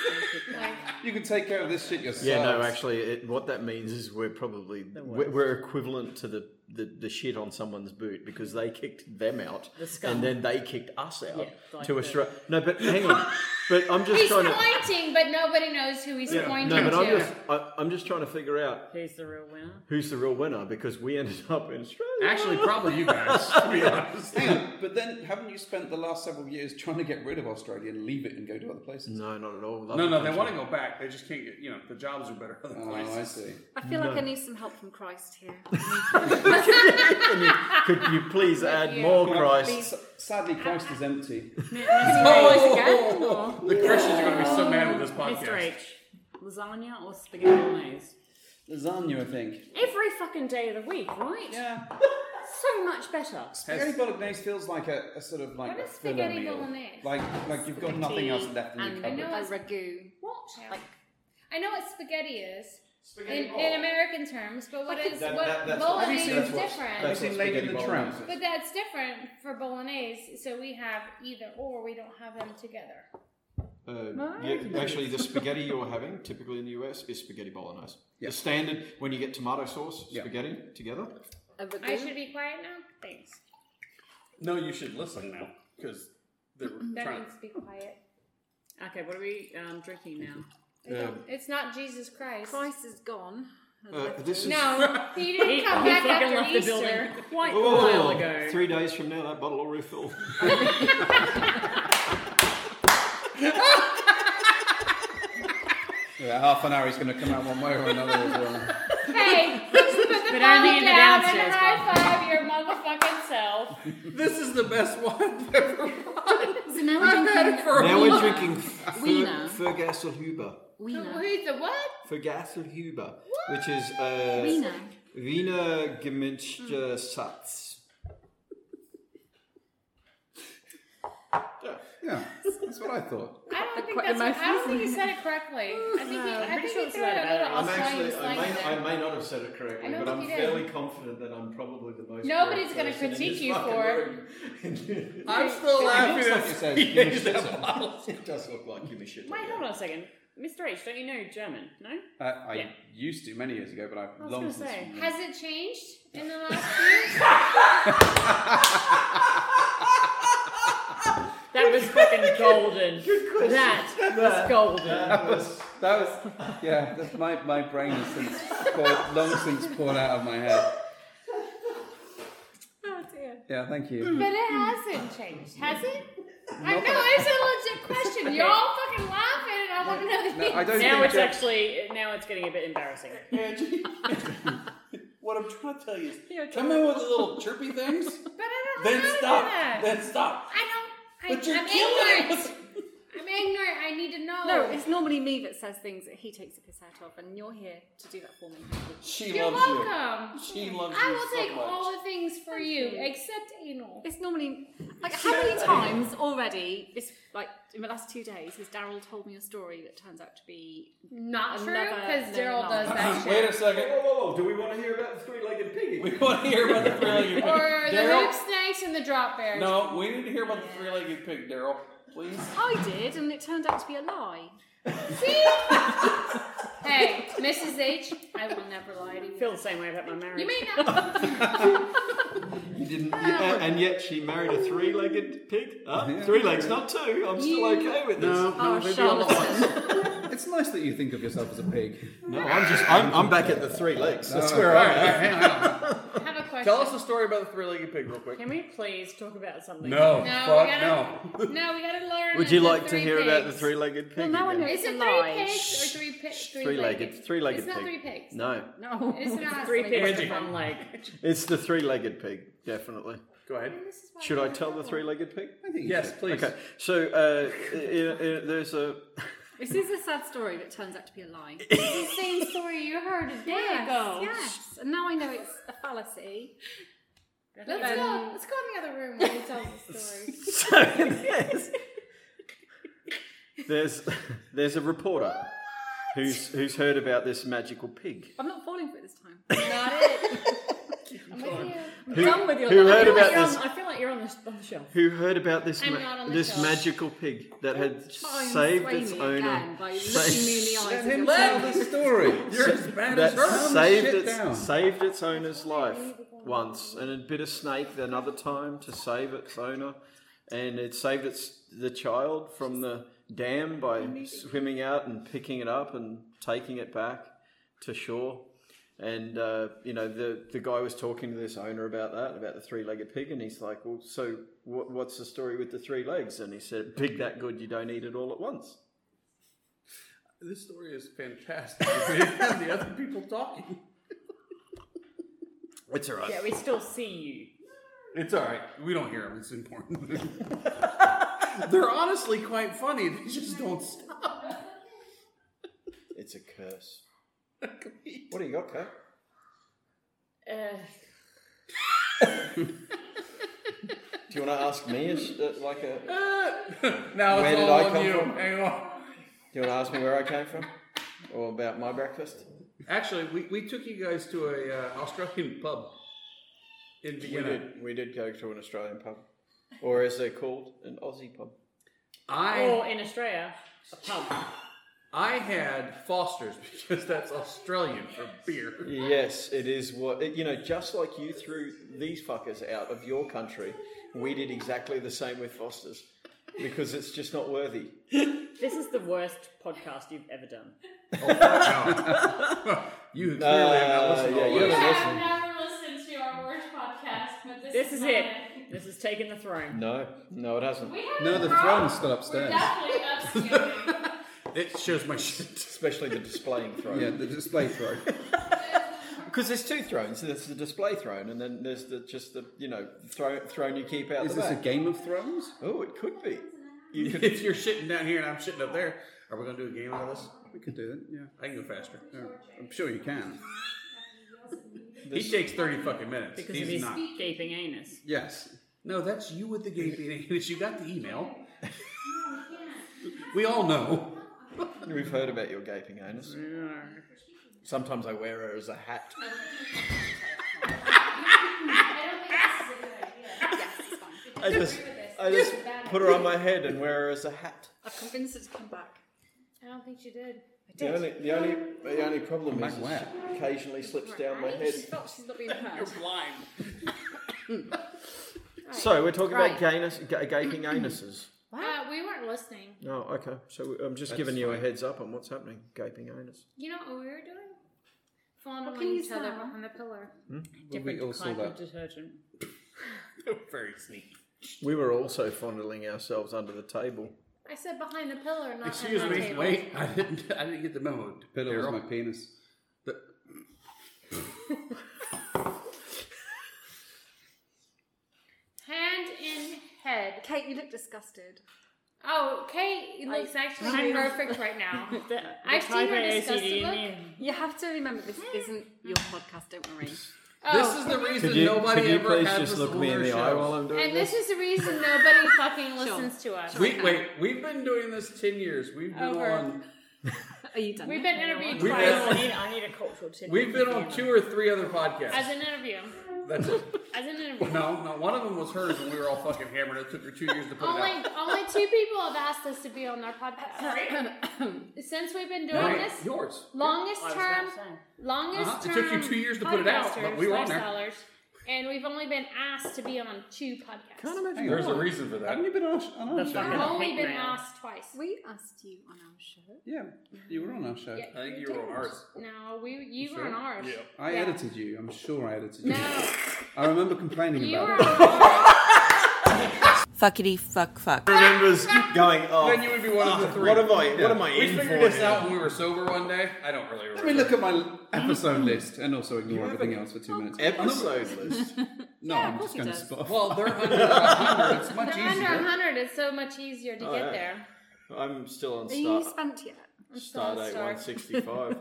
like, You can take care of this shit yourself. Yeah, no, actually, it, what that means is we're probably we're, we're equivalent to the, the the shit on someone's boot because they kicked them out, The scum. and then they kicked us out Yeah, like to the- Australia. No, but hang on, but I'm just he's trying to. pointing, but nobody knows who he's Yeah, pointing no, but to. I'm just I, I'm just trying to figure out Who's the real winner? who's the real winner because we ended up in Australia. Actually, probably you guys. To be honest. Hang on, but then haven't you spent the last several years trying to get rid of Australia and leave it and go to other places? no, not at all. No, no, they want to go back. They just can't get. You know, the jobs are better other Oh, places. I see. I feel like I need some help from Christ here. Could you please add more, Christ? S- sadly, Christ is empty. The Christians are going to be so mad with this Mr. podcast. H. Lasagna or spaghetti bolognese? Lasagna, I think. Every fucking day of the week, right? Yeah. So much better. Spaghetti bolognese feels like a, a sort of like What a is filler spaghetti meal. bolognese? Like, like you've got nothing else left in your and cupboard. a know it's- ragu. what? Like I know what spaghetti is in, in American terms, but what is That- what that- that's what- bolognese that's is what- different. Have you seen Lady and the Tramp? But that's different for bolognese, so we have either or, we don't have them together. Uh, yeah, actually, the spaghetti you're having typically in the US is spaghetti bolognese. The standard when you get tomato sauce spaghetti together. a ragu. I should be quiet now? Thanks. No, you should listen now because they're That trying. means be quiet. Okay, what are we um, drinking now? It's not Jesus Christ. Christ is gone. Uh, this is No, he didn't He- come he back fucking after left the building Easter. quite Oh, a while ago. Three days from now, that bottle will refill. Yeah, half an hour he's going to come out one way or another. as well. Hey, put the phone only down in the and downstairs high five your motherfucking self. This is the best one I've ever had. So now I've had we're it for a now we're week. drinking Wiener. Fer- Vergasselhuber. Wiener. Who's the what? Vergasselhuber, which is uh, Wiener. Wiener Gemischter Hmm. Satz. Yeah, that's what I thought. I don't think quite that's. What, I don't emotional. think you said it correctly. I think he, I pretty think sure he it's threw not in a about little it. I'm Australian actually, I slang in may, I there. may not have said it correctly, I don't but I'm think you did. fairly confident that I'm probably the most. Nobody's going gonna to critique you for it. it. I'm still It laughing. looks like at it says, "Give me shit to-" it does look like you missed it. Wait, hold on a second. Mr. H, don't you know German? No? Uh, I Yeah. used to many years ago, but I've I was long going to since. say. Has it changed in the last few? That was fucking golden. That was golden. That was, yeah, that's my, my brain has since poured, long since poured out of my head. Oh dear. Yeah, thank you. But it hasn't changed, has it? I know it's a legit question. You're all fucking laughing, and I want to know the No, I answer. don't now think it's Jeff- actually, now it's getting a bit embarrassing. Angie, what I'm trying to tell you is, come in with the little chirpy things, But I don't know then how to do stop, that. then stop. I don't. I, But you're I'm killing ignorant. us. I'm ignorant. I need to know. No, it's normally me that says things that he takes the piss out of, and you're here to do that for me. She You're loves welcome. you. She loves I you will so take much. all the things for you except anal. It's normally like how many times already? This like in the last two days has Daryl told me a story that turns out to be Not true Another- because uh, no, Daryl not. does that shit. Wait a second. Whoa, whoa, whoa. Do we want to hear about the three-legged piggy? We want to hear about the three-legged pig. Or the Daryl- loop snakes and the drop bears. No, we need to hear about the three-legged pig, Daryl. Please. I did, and it turned out to be a lie. See? hey, Mrs. H, I will never lie to you. feel the same way about my marriage. You may not. You didn't, and, and yet she married a three-legged pig. Huh? Yeah. Three legs, not two. I'm still okay with this. No, no, Oh, maybe Charlotte. I'm not. It's nice that you think of yourself as a pig. No, I'm just, I'm, I'm back at the three legs. That's No, where all I'm right, all at. right, hang on. have a question. Tell us a story about the three-legged pig, real quick. Can we please talk about something? No, No, fuck we no. gotta, no. we gotta learn. Would you the like to three hear about the pigs. three-legged pig? Well, now I again? know Is it's a it three lie. pigs or three pigs? Three-legged, three-legged It's not pig. three pigs. No, No, It's not Three three pigs. pigs and one leg. it's the three-legged pig, definitely. Go ahead. Should I tell the three-legged pig? Yes, please. Okay, so uh, i i there's a This is a sad story that turns out to be a lie. It's the same story you heard a day ago. yes. And now I know it's a fallacy. um, Let's go. Let's go in the other room where he tells the story. so there's, there's there's a reporter who's who's heard about this magical pig I'm not falling for it this time. not it. I'm with you. who, done with Oh, your who lie. I heard feel about You're this on- I feel like you're on the, on the shelf. who heard about this I'm ma- not on the this shelf. magical pig that had Try and saved sway its me owner again by looking me in the eyes. Let with him your tell tongue. the story. You're as bad as that her. saved shit its down. saved its owner's life once and it bit a snake another time to save its owner and it saved its the child from the dam by swimming out and picking it up and taking it back to shore and uh, you know the the guy was talking to this owner about that about the three-legged pig and he's like well so what, what's the story with the three legs and he said pig that good you don't eat it all at once This story is fantastic. If we didn't have the other people talking. it's all right Yeah, we still see It's all right. We don't hear them. It's important. They're honestly quite funny. They just don't stop. it's a curse what do you got Kate? you. Uh, do you want to ask me a sh- uh, like a Now Where it's did all I on come you. from? Hang on. Do you want to ask me where I came from? Or about my breakfast? Actually, we, we took you guys to a uh, Australian pub in We Vienna. did, we did go to an Australian pub. Or as they're called, an Aussie pub. I or in Australia, a pub. I had Foster's because that's Australian for beer. Yes, it is what, you know, just like you threw these fuckers out of your country, we did exactly the same with Foster's. Because it's just not worthy. This is the worst podcast you've ever done. You clearly have not listened Uh, yeah, to all you this. haven't I've listened. never listened to our worst podcast, but this, This is is not it. This is taanging the throne. No, no, it hasn't. We have No, a the problem. throne's still upstairs. We're definitely upstairs. It shows my shit. Especially the displaying throne. Yeah, the display throw. Because there's two thrones. There's the display throne, and then there's the just the you know throne throne you keep out Is the this a back. Game of Thrones? oh, it could be. You could if you're shitting down here and I'm shitting up there, are we going to do a game out of this? We could do it. Yeah, I can go faster. yeah. I'm sure you can. He takes 30 fucking minutes. Because He's of his not. gaping anus. Yes. No, that's you with the gay penis. You got the email. we all know. We've heard about your gaping anus. Sometimes I wear it as a hat. I don't think this is a good idea. I just, I just put her on my head and wear her as a hat. I've convinced her to come back. I don't think she did. The only, the only, the only problem Back is it where? occasionally slips down my She's head. felt she's not being heard. So we're talking about Right. anus, gaping anuses. Uh, we weren't listening. No, okay. So I'm just giving you a heads up on what's happening. Gaping anus. You know what we were doing? Falling What on can you each other say? behind the pillar. Different all saw type of that. detergent. Very sneaky. We were also fondling ourselves under the table. I said behind the pillar, not Excuse at the me. table. Wait, I didn't. I didn't get the memo. Pillow was Daryl. my penis. The- Hand in head. Kate, you look disgusted. Oh, Kate looks actually Maybe- perfect right now. the I've seen type her of discuss ACD the in book. You have to remember this isn't your podcast, don't worry. This is the reason Could you- nobody could you ever please has just us look on me in their the eye show. while I'm And this is the reason nobody fucking listens to us. We, wait, we've been doing this 10 years. We've been Over. on Are you done? We've been interviewed We've twice. been- I need- I need a cultural tip. we've been on two or three other podcasts. As an interview. That's it. As an interview. No, no, one of them was hers and we were all fucking hammered. It took her two years to put Only, it out. only two people have asked us to be on their podcast. Since we've been doing Mine, this, yours. longest Oh, I was term, about to say. longest Uh-huh. It term. took you two years to put it out, but we were on there. podcasters/sellers, And we've only been asked to be on two podcasts. Can't Hey, There's a reason for that. Haven't you been on, on our The show? fucking I've only been hate mail. asked twice. We asked you on our show. Yeah, you were on our show. Yeah, did. No, we you, were on ours. I Yeah. edited you. I'm sure I edited you. No. I remember complaining You about were it. Fuckity fuck fuck. Remembers going, oh, Then you would be one of the fuck, three. What am I? What am I We in for? figured this now? out when we were sober one day. I don't really remember. Let me look at my episode list and also ignore everything else for two minutes. Episode list. No, Yeah, of I'm just course he going to does. spot. Well, they're under 100. It's They're much under easier. 100. It's so much easier to Oh, get yeah. there. I'm still on Are you start. spent Uh, yet? Stardate 165.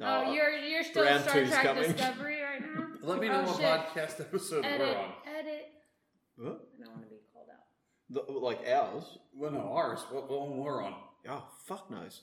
No, Oh, you're you're still round Star two's Trek coming. Discovery right now. Let me know oh, what shit. podcast episode Edit, we're on. edit. Huh? I don't want to be called out. The- like ours? Well, no, ours. What, what one we're on? Oh, fuck knows.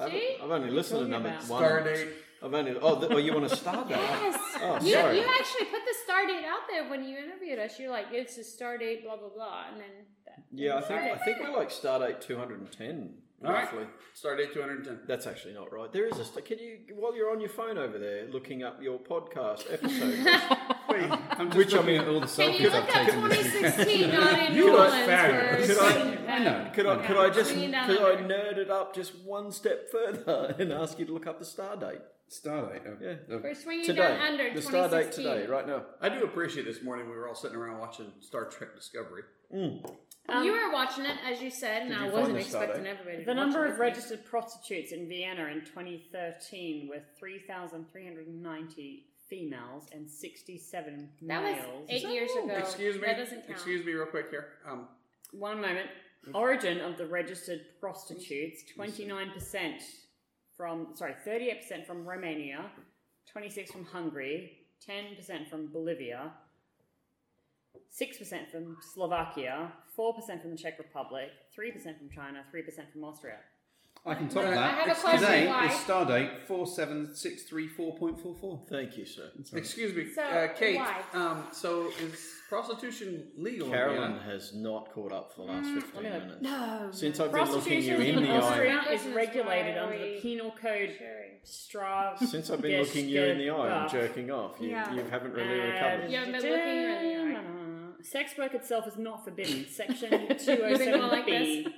See? I've, I've only listened to number Talking one. about- Stardate. I've only. Oh, th- oh you want a Stardate? Yes. Oh, you, sorry. you actually put the star date out there when you interviewed us. You're like, it's a star date, blah blah blah, and then that. Yeah, I think Stardate. I think we're like Stardate 210. All right. roughly. Stardate 210. That's actually not right. There is a. st- Can you while you're on your phone over there looking up your podcast episode? list, I'm just Which I looking mean, at all the Can selfies you look I've up taken. this week. 2016 not in You New are Orleans fabulous. for Could I- Satan I know. could I Yeah. could I just Swinging down could the I nerd it up just one step further and ask you to look up the star date? Stardate. of- Yeah. of- We're swinging today. down under the star date 2016. today, right now. I do appreciate this morning we were all sitting around watching Star Trek Discovery. Um, you were watching it as you said, and Did I you wasn't find the star date? expecting everybody. to Um, The watch number it of with me. registered prostitutes in Vienna in 2013 were 3,390 females and 67 That was males. eight years Oh, ago. Excuse me. That doesn't count. Excuse me, real quick here. Um, One moment. Mm. Origin of the registered prostitutes: twenty-nine percent from sorry, thirty-eight percent from Romania, twenty-six from Hungary, ten percent from Bolivia, six percent from Slovakia, four percent from the Czech Republic, three percent from China, three percent from Austria. I can top I that. have a It's- question, Today why? is Stardate 47634.44. Thank you, sir. excuse me, So, uh, Kate. why? Um, so is prostitution legal? in Carolyn Vienna? has not caught up for the last fifteen let me look. minutes. No. Since I've been looking you in the eye, Austria is This is regulated why under the we- Penal Code. Sharing. Stra- since I've been looking you in the eye and Gesetzgebuch. jerking off, you, Yeah. you haven't really Uh, recovered. Yeah, I've been looking really Sex work itself is not forbidden. Section You've been going like 207B this?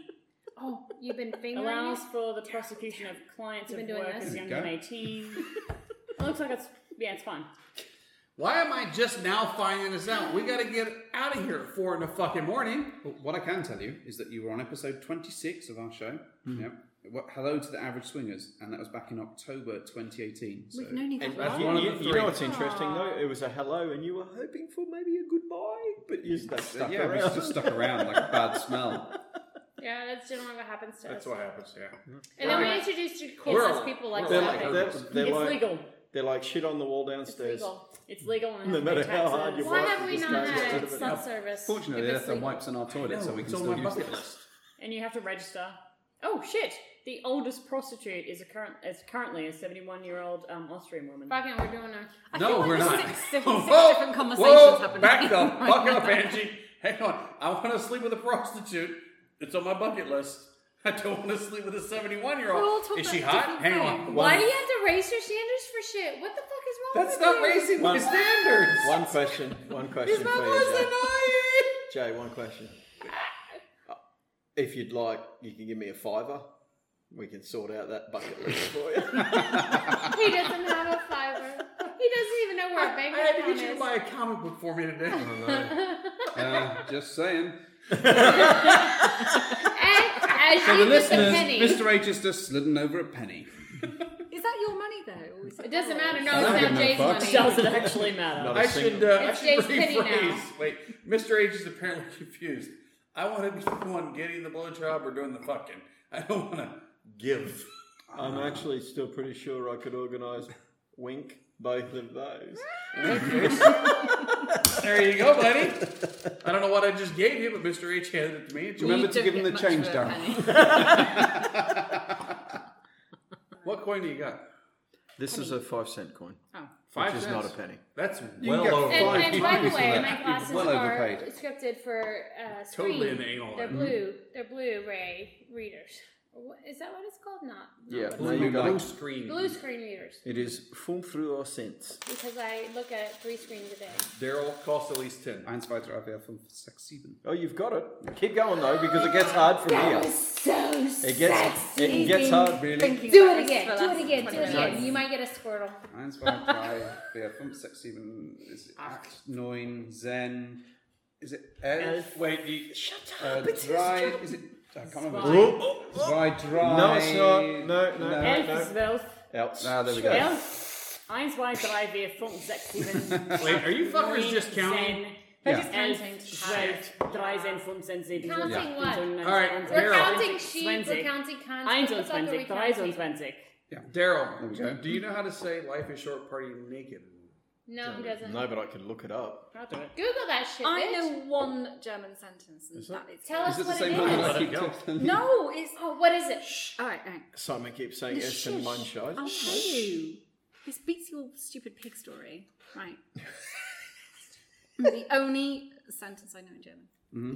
Oh, you've been fingering allows us. for the prosecution of clients You've of been doing workers this? younger than Okay. 18. it looks like it's, yeah, it's fine. Why am I just now finding this out? We got to get out of here at four in the fucking morning. But what I can tell you is that you were on episode 26 of our show. Yep. What, hello to the average swingers, and that was back in October 2018. So We've known you And for a while. you, one of you- the you three. know what's interesting though? It was a hello, and you were hoping for maybe a goodbye, but you stuck, stuck, yeah, we around. just stuck around like a bad smell. Yeah, that's generally what happens to us. That's what happens. Yeah. And then we introduced you to kids We're- as people like they're we're like, that. like- they're, they're it's like, legal. they're like shit on the wall downstairs. legal. It's legal and No has to pay matter how hard taxes. you Why work, have we it's not not had just- self service? Fortunately, they left their wipes in our toilet, so we can it's on still my use bucket it. list. And you have to register. Oh shit! The oldest prostitute is a current is currently a 71 year old um, Austrian woman. Fucking, we're doing our. I No, feel like we're there's not. Six, six, six Whoa, different conversations whoa, happening. Back the right fuck now. up, Angie. Hang on. I want to sleep with a prostitute. It's on my bucket list. I don't want to sleep with a 71 year We're all old. talking Is she about hot? different Hang things. on. Why do you have to raise your standards for shit? What the fuck is wrong That's with not you? raising my One- standards. One question. One question for you, Jay. Jay, one question. Uh, If you'd like, you can give me a fiver. We can sort out that bucket list for you. He doesn't have a fiver. He doesn't even know where a bank I had to account get you to is. buy a comic book for me today. Uh, just saying. And as So the you get the listeners, penny. Mr. H has just slidden over a penny. Is that your money though? Or is It doesn't matter. No, I don't it's give not no Jay's fucks. money. Does it actually matter? Not a I single- should, uh, I It's should Jay's pity now. rephrase. Wait, Mr. H is apparently confused. I want to be the one getting the blowjob or doing the fucking. I don't want to give. I'm actually still pretty sure I could organise wink both of those. there you go, buddy. I don't know what I just gave you, but Mr. H handed it to me. You Remember to don't give him get the much change, for a Darren. what coin do you got? This is a five cent coin. Oh. Five Which is cents? not a penny. That's You well can get over. five And, and by the coins for way, that. my glasses Well are overpaid. scripted for uh, screen. Totally an anal They're one. blue. They're blue-ray readers. What, is that what it's called? Not Yeah, Blue- you got blue it. screen. blue screen readers. It is full through our sense. Because I look at three screens a day. Daryl costs at least ten. Eins, zwei, drei, vier, fünf, sechs, sieben. Oh, you've got it. Keep going though, because it gets hard from That here. was so it gets it gets hard really. Do about this it again. for the Do last it again. Do it 20 again. minutes. You might get a Squirtle. Eins, zwei, drei, vier, fünf, sechs, sieben. Is it acht, neun, zehn? Is it elf? Wait, you, shut up. Uh, drei, is it? I can't remember. Oh, oh, Drei, drei. No, it's not. No, no, no. Elf is wealth. Else. Ah, there we go. Elf. Eins, zwei, drei, vier, fünf, sechs, sieben. Wait, are you fuckers just counting? They're just Elf, counting. zwölf, dreizehn, fünfzehn, siebzehn. Counting achtzehn, what? neunzehn, All right, zwanzig, We're Daryl. counting sheep, we're zwanzig, counting cons- what's up, are we Einundzwanzig, counting? dreiundzwanzig. Daryl, do you know how to say life is short, party naked? No, he Um, doesn't. No, but I could look it up. I'll do it. Google that shit. I bitch. know one German sentence, and that is. Tell us Is it the what same it one is. that I Let it keep go. telling you? No, it's. Oh, what is it? All right, hang. Simon keeps saying S and mine shows. I'll tell you. This beats your stupid pig story, right? the only sentence I know in German.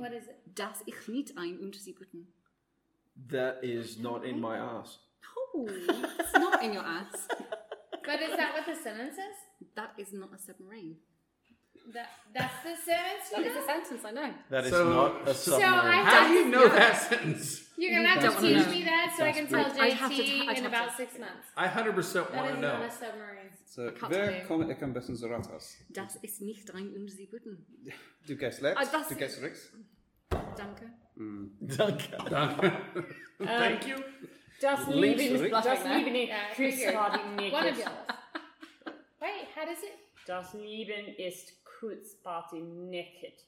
What is it? Das ich nicht ein unter sie putten. That is not in my ass. No, it's not in your ass. But is that what the sentence is? That is not a submarine. That, that's the sentence That you is know? a sentence I know. That is So- not a So submarine. I How do have you know that sentence? You're gonna have Don't to wanna teach know. me that so I can tell I have to- I'd JT have in to. about six months. I hundred percent That want is to not know. a submarine. So, Can't wer do. kommt, er kommt bestens Rathaus? Das ist nicht ein unter sie putten. Du gehst Uh, links, Ah, das- du gehst rechts. Danke. Um, Thank you. Das Links Leben, zurück. das Leben Yeah, I ist figured. kurzhaarigen One of Neckes. y'all. Wait, how does it? Das Leben ist kurzparty naked.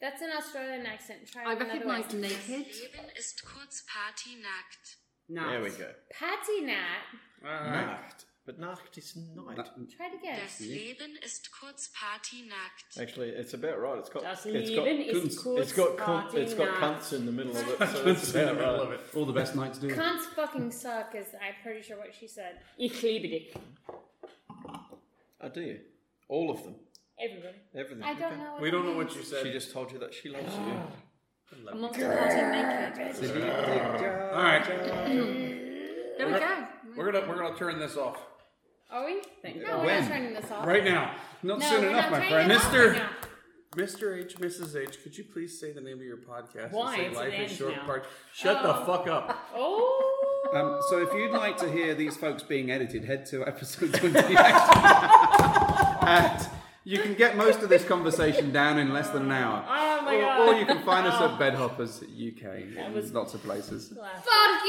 That's an Australian accent. Try I another recognise way. naked. Leben ist kurz partynackt. Nice. There we go. Patty Nat. uh, Nacht. But Nacht is night. Try it again. Hm? Das Leben ist kurz partynackt. Actually, it's about right. It's got Das it's got Leben ist cunts. It's got cunt, it's got kurzpartynackt. cunts in the middle of it. So it's about right. All the best nights do. Cons fucking suck is I'm pretty sure what she said. Ich liebe dich. I do you? All of them. Everybody. Everything. I don't know. What We don't know that what you said. She just told you that she loves you. Monster party naked. All right, There we go. we're gonna we're gonna turn this off means. Are we? No, we're not turning this off. right now. Not No, soon we're enough, not my turning friend. it off right Mr. now. Mr. H, Mrs. H, could you please say the name of your podcast? Why? And It's say life an is end short. now. Part. Shut the fuck up. Oh. Um, so if you'd like to hear these folks being edited, head to episode 28. and you can get most of this conversation down in less than an hour. Oh my or, God. or you can find us at Bedhoppers UK. in lots of places. Fuck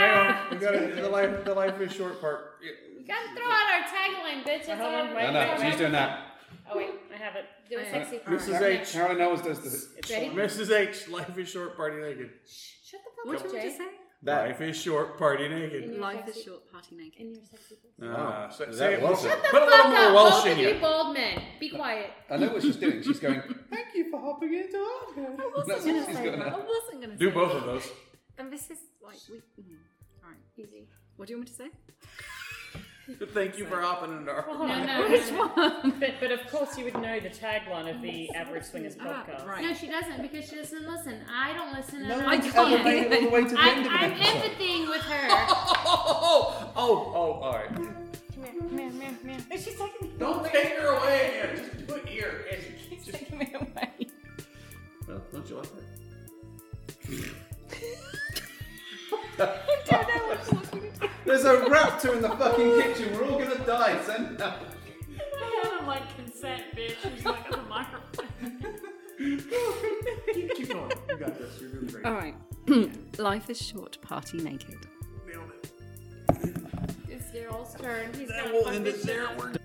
yeah! we got it. The life, the life is short part. You gotta throw out our tagline, bitch. It's Hold on, all- wait, No, no, she's doing that. Oh wait, I have it. Do a sexy Mrs. part. H, Carolyn always does this. Ready? Mrs. H, life is short, party naked. Shut the What fuck do up, you want to Jay. say? Life is short, party naked. Life is short, party naked. In your sexy voice. Ah, say- That say it was more- it. Put a little Fuck up, more Welsh both of in you you. bald men. Be quiet. I know what she's doing. She's going, thank you for hopping into I our wasn't going That's to what she's say that. I going wasn't going to say Do both that. of those. And this is like, we. Mm, all right. mm-hmm. Easy. What do you want me to say? Thank you for hopping into our. No, no, no, Which no. one? But, but of course, you would know the tagline of the Average Swingers Ah, podcast. right. No, she doesn't because she doesn't listen. I don't listen. And I I can't. can't. all the way to the I, end of I'm it. empathying with her. Oh, oh, oh, all right. Come here, come here, come here, come here. She's taking me Don't take her away again. Just do it here. She's taking me away. Well, don't you like that? There's a raptor in the fucking kitchen. We're all going to die. Send help. I haven't like consent, bitch. She's like on the microphone. Keep going. You got this. You're doing great. All right. Life is short, party naked. Nailed it. It's Daryl's turn. He's That gonna will fuck end this it shit there. up. We're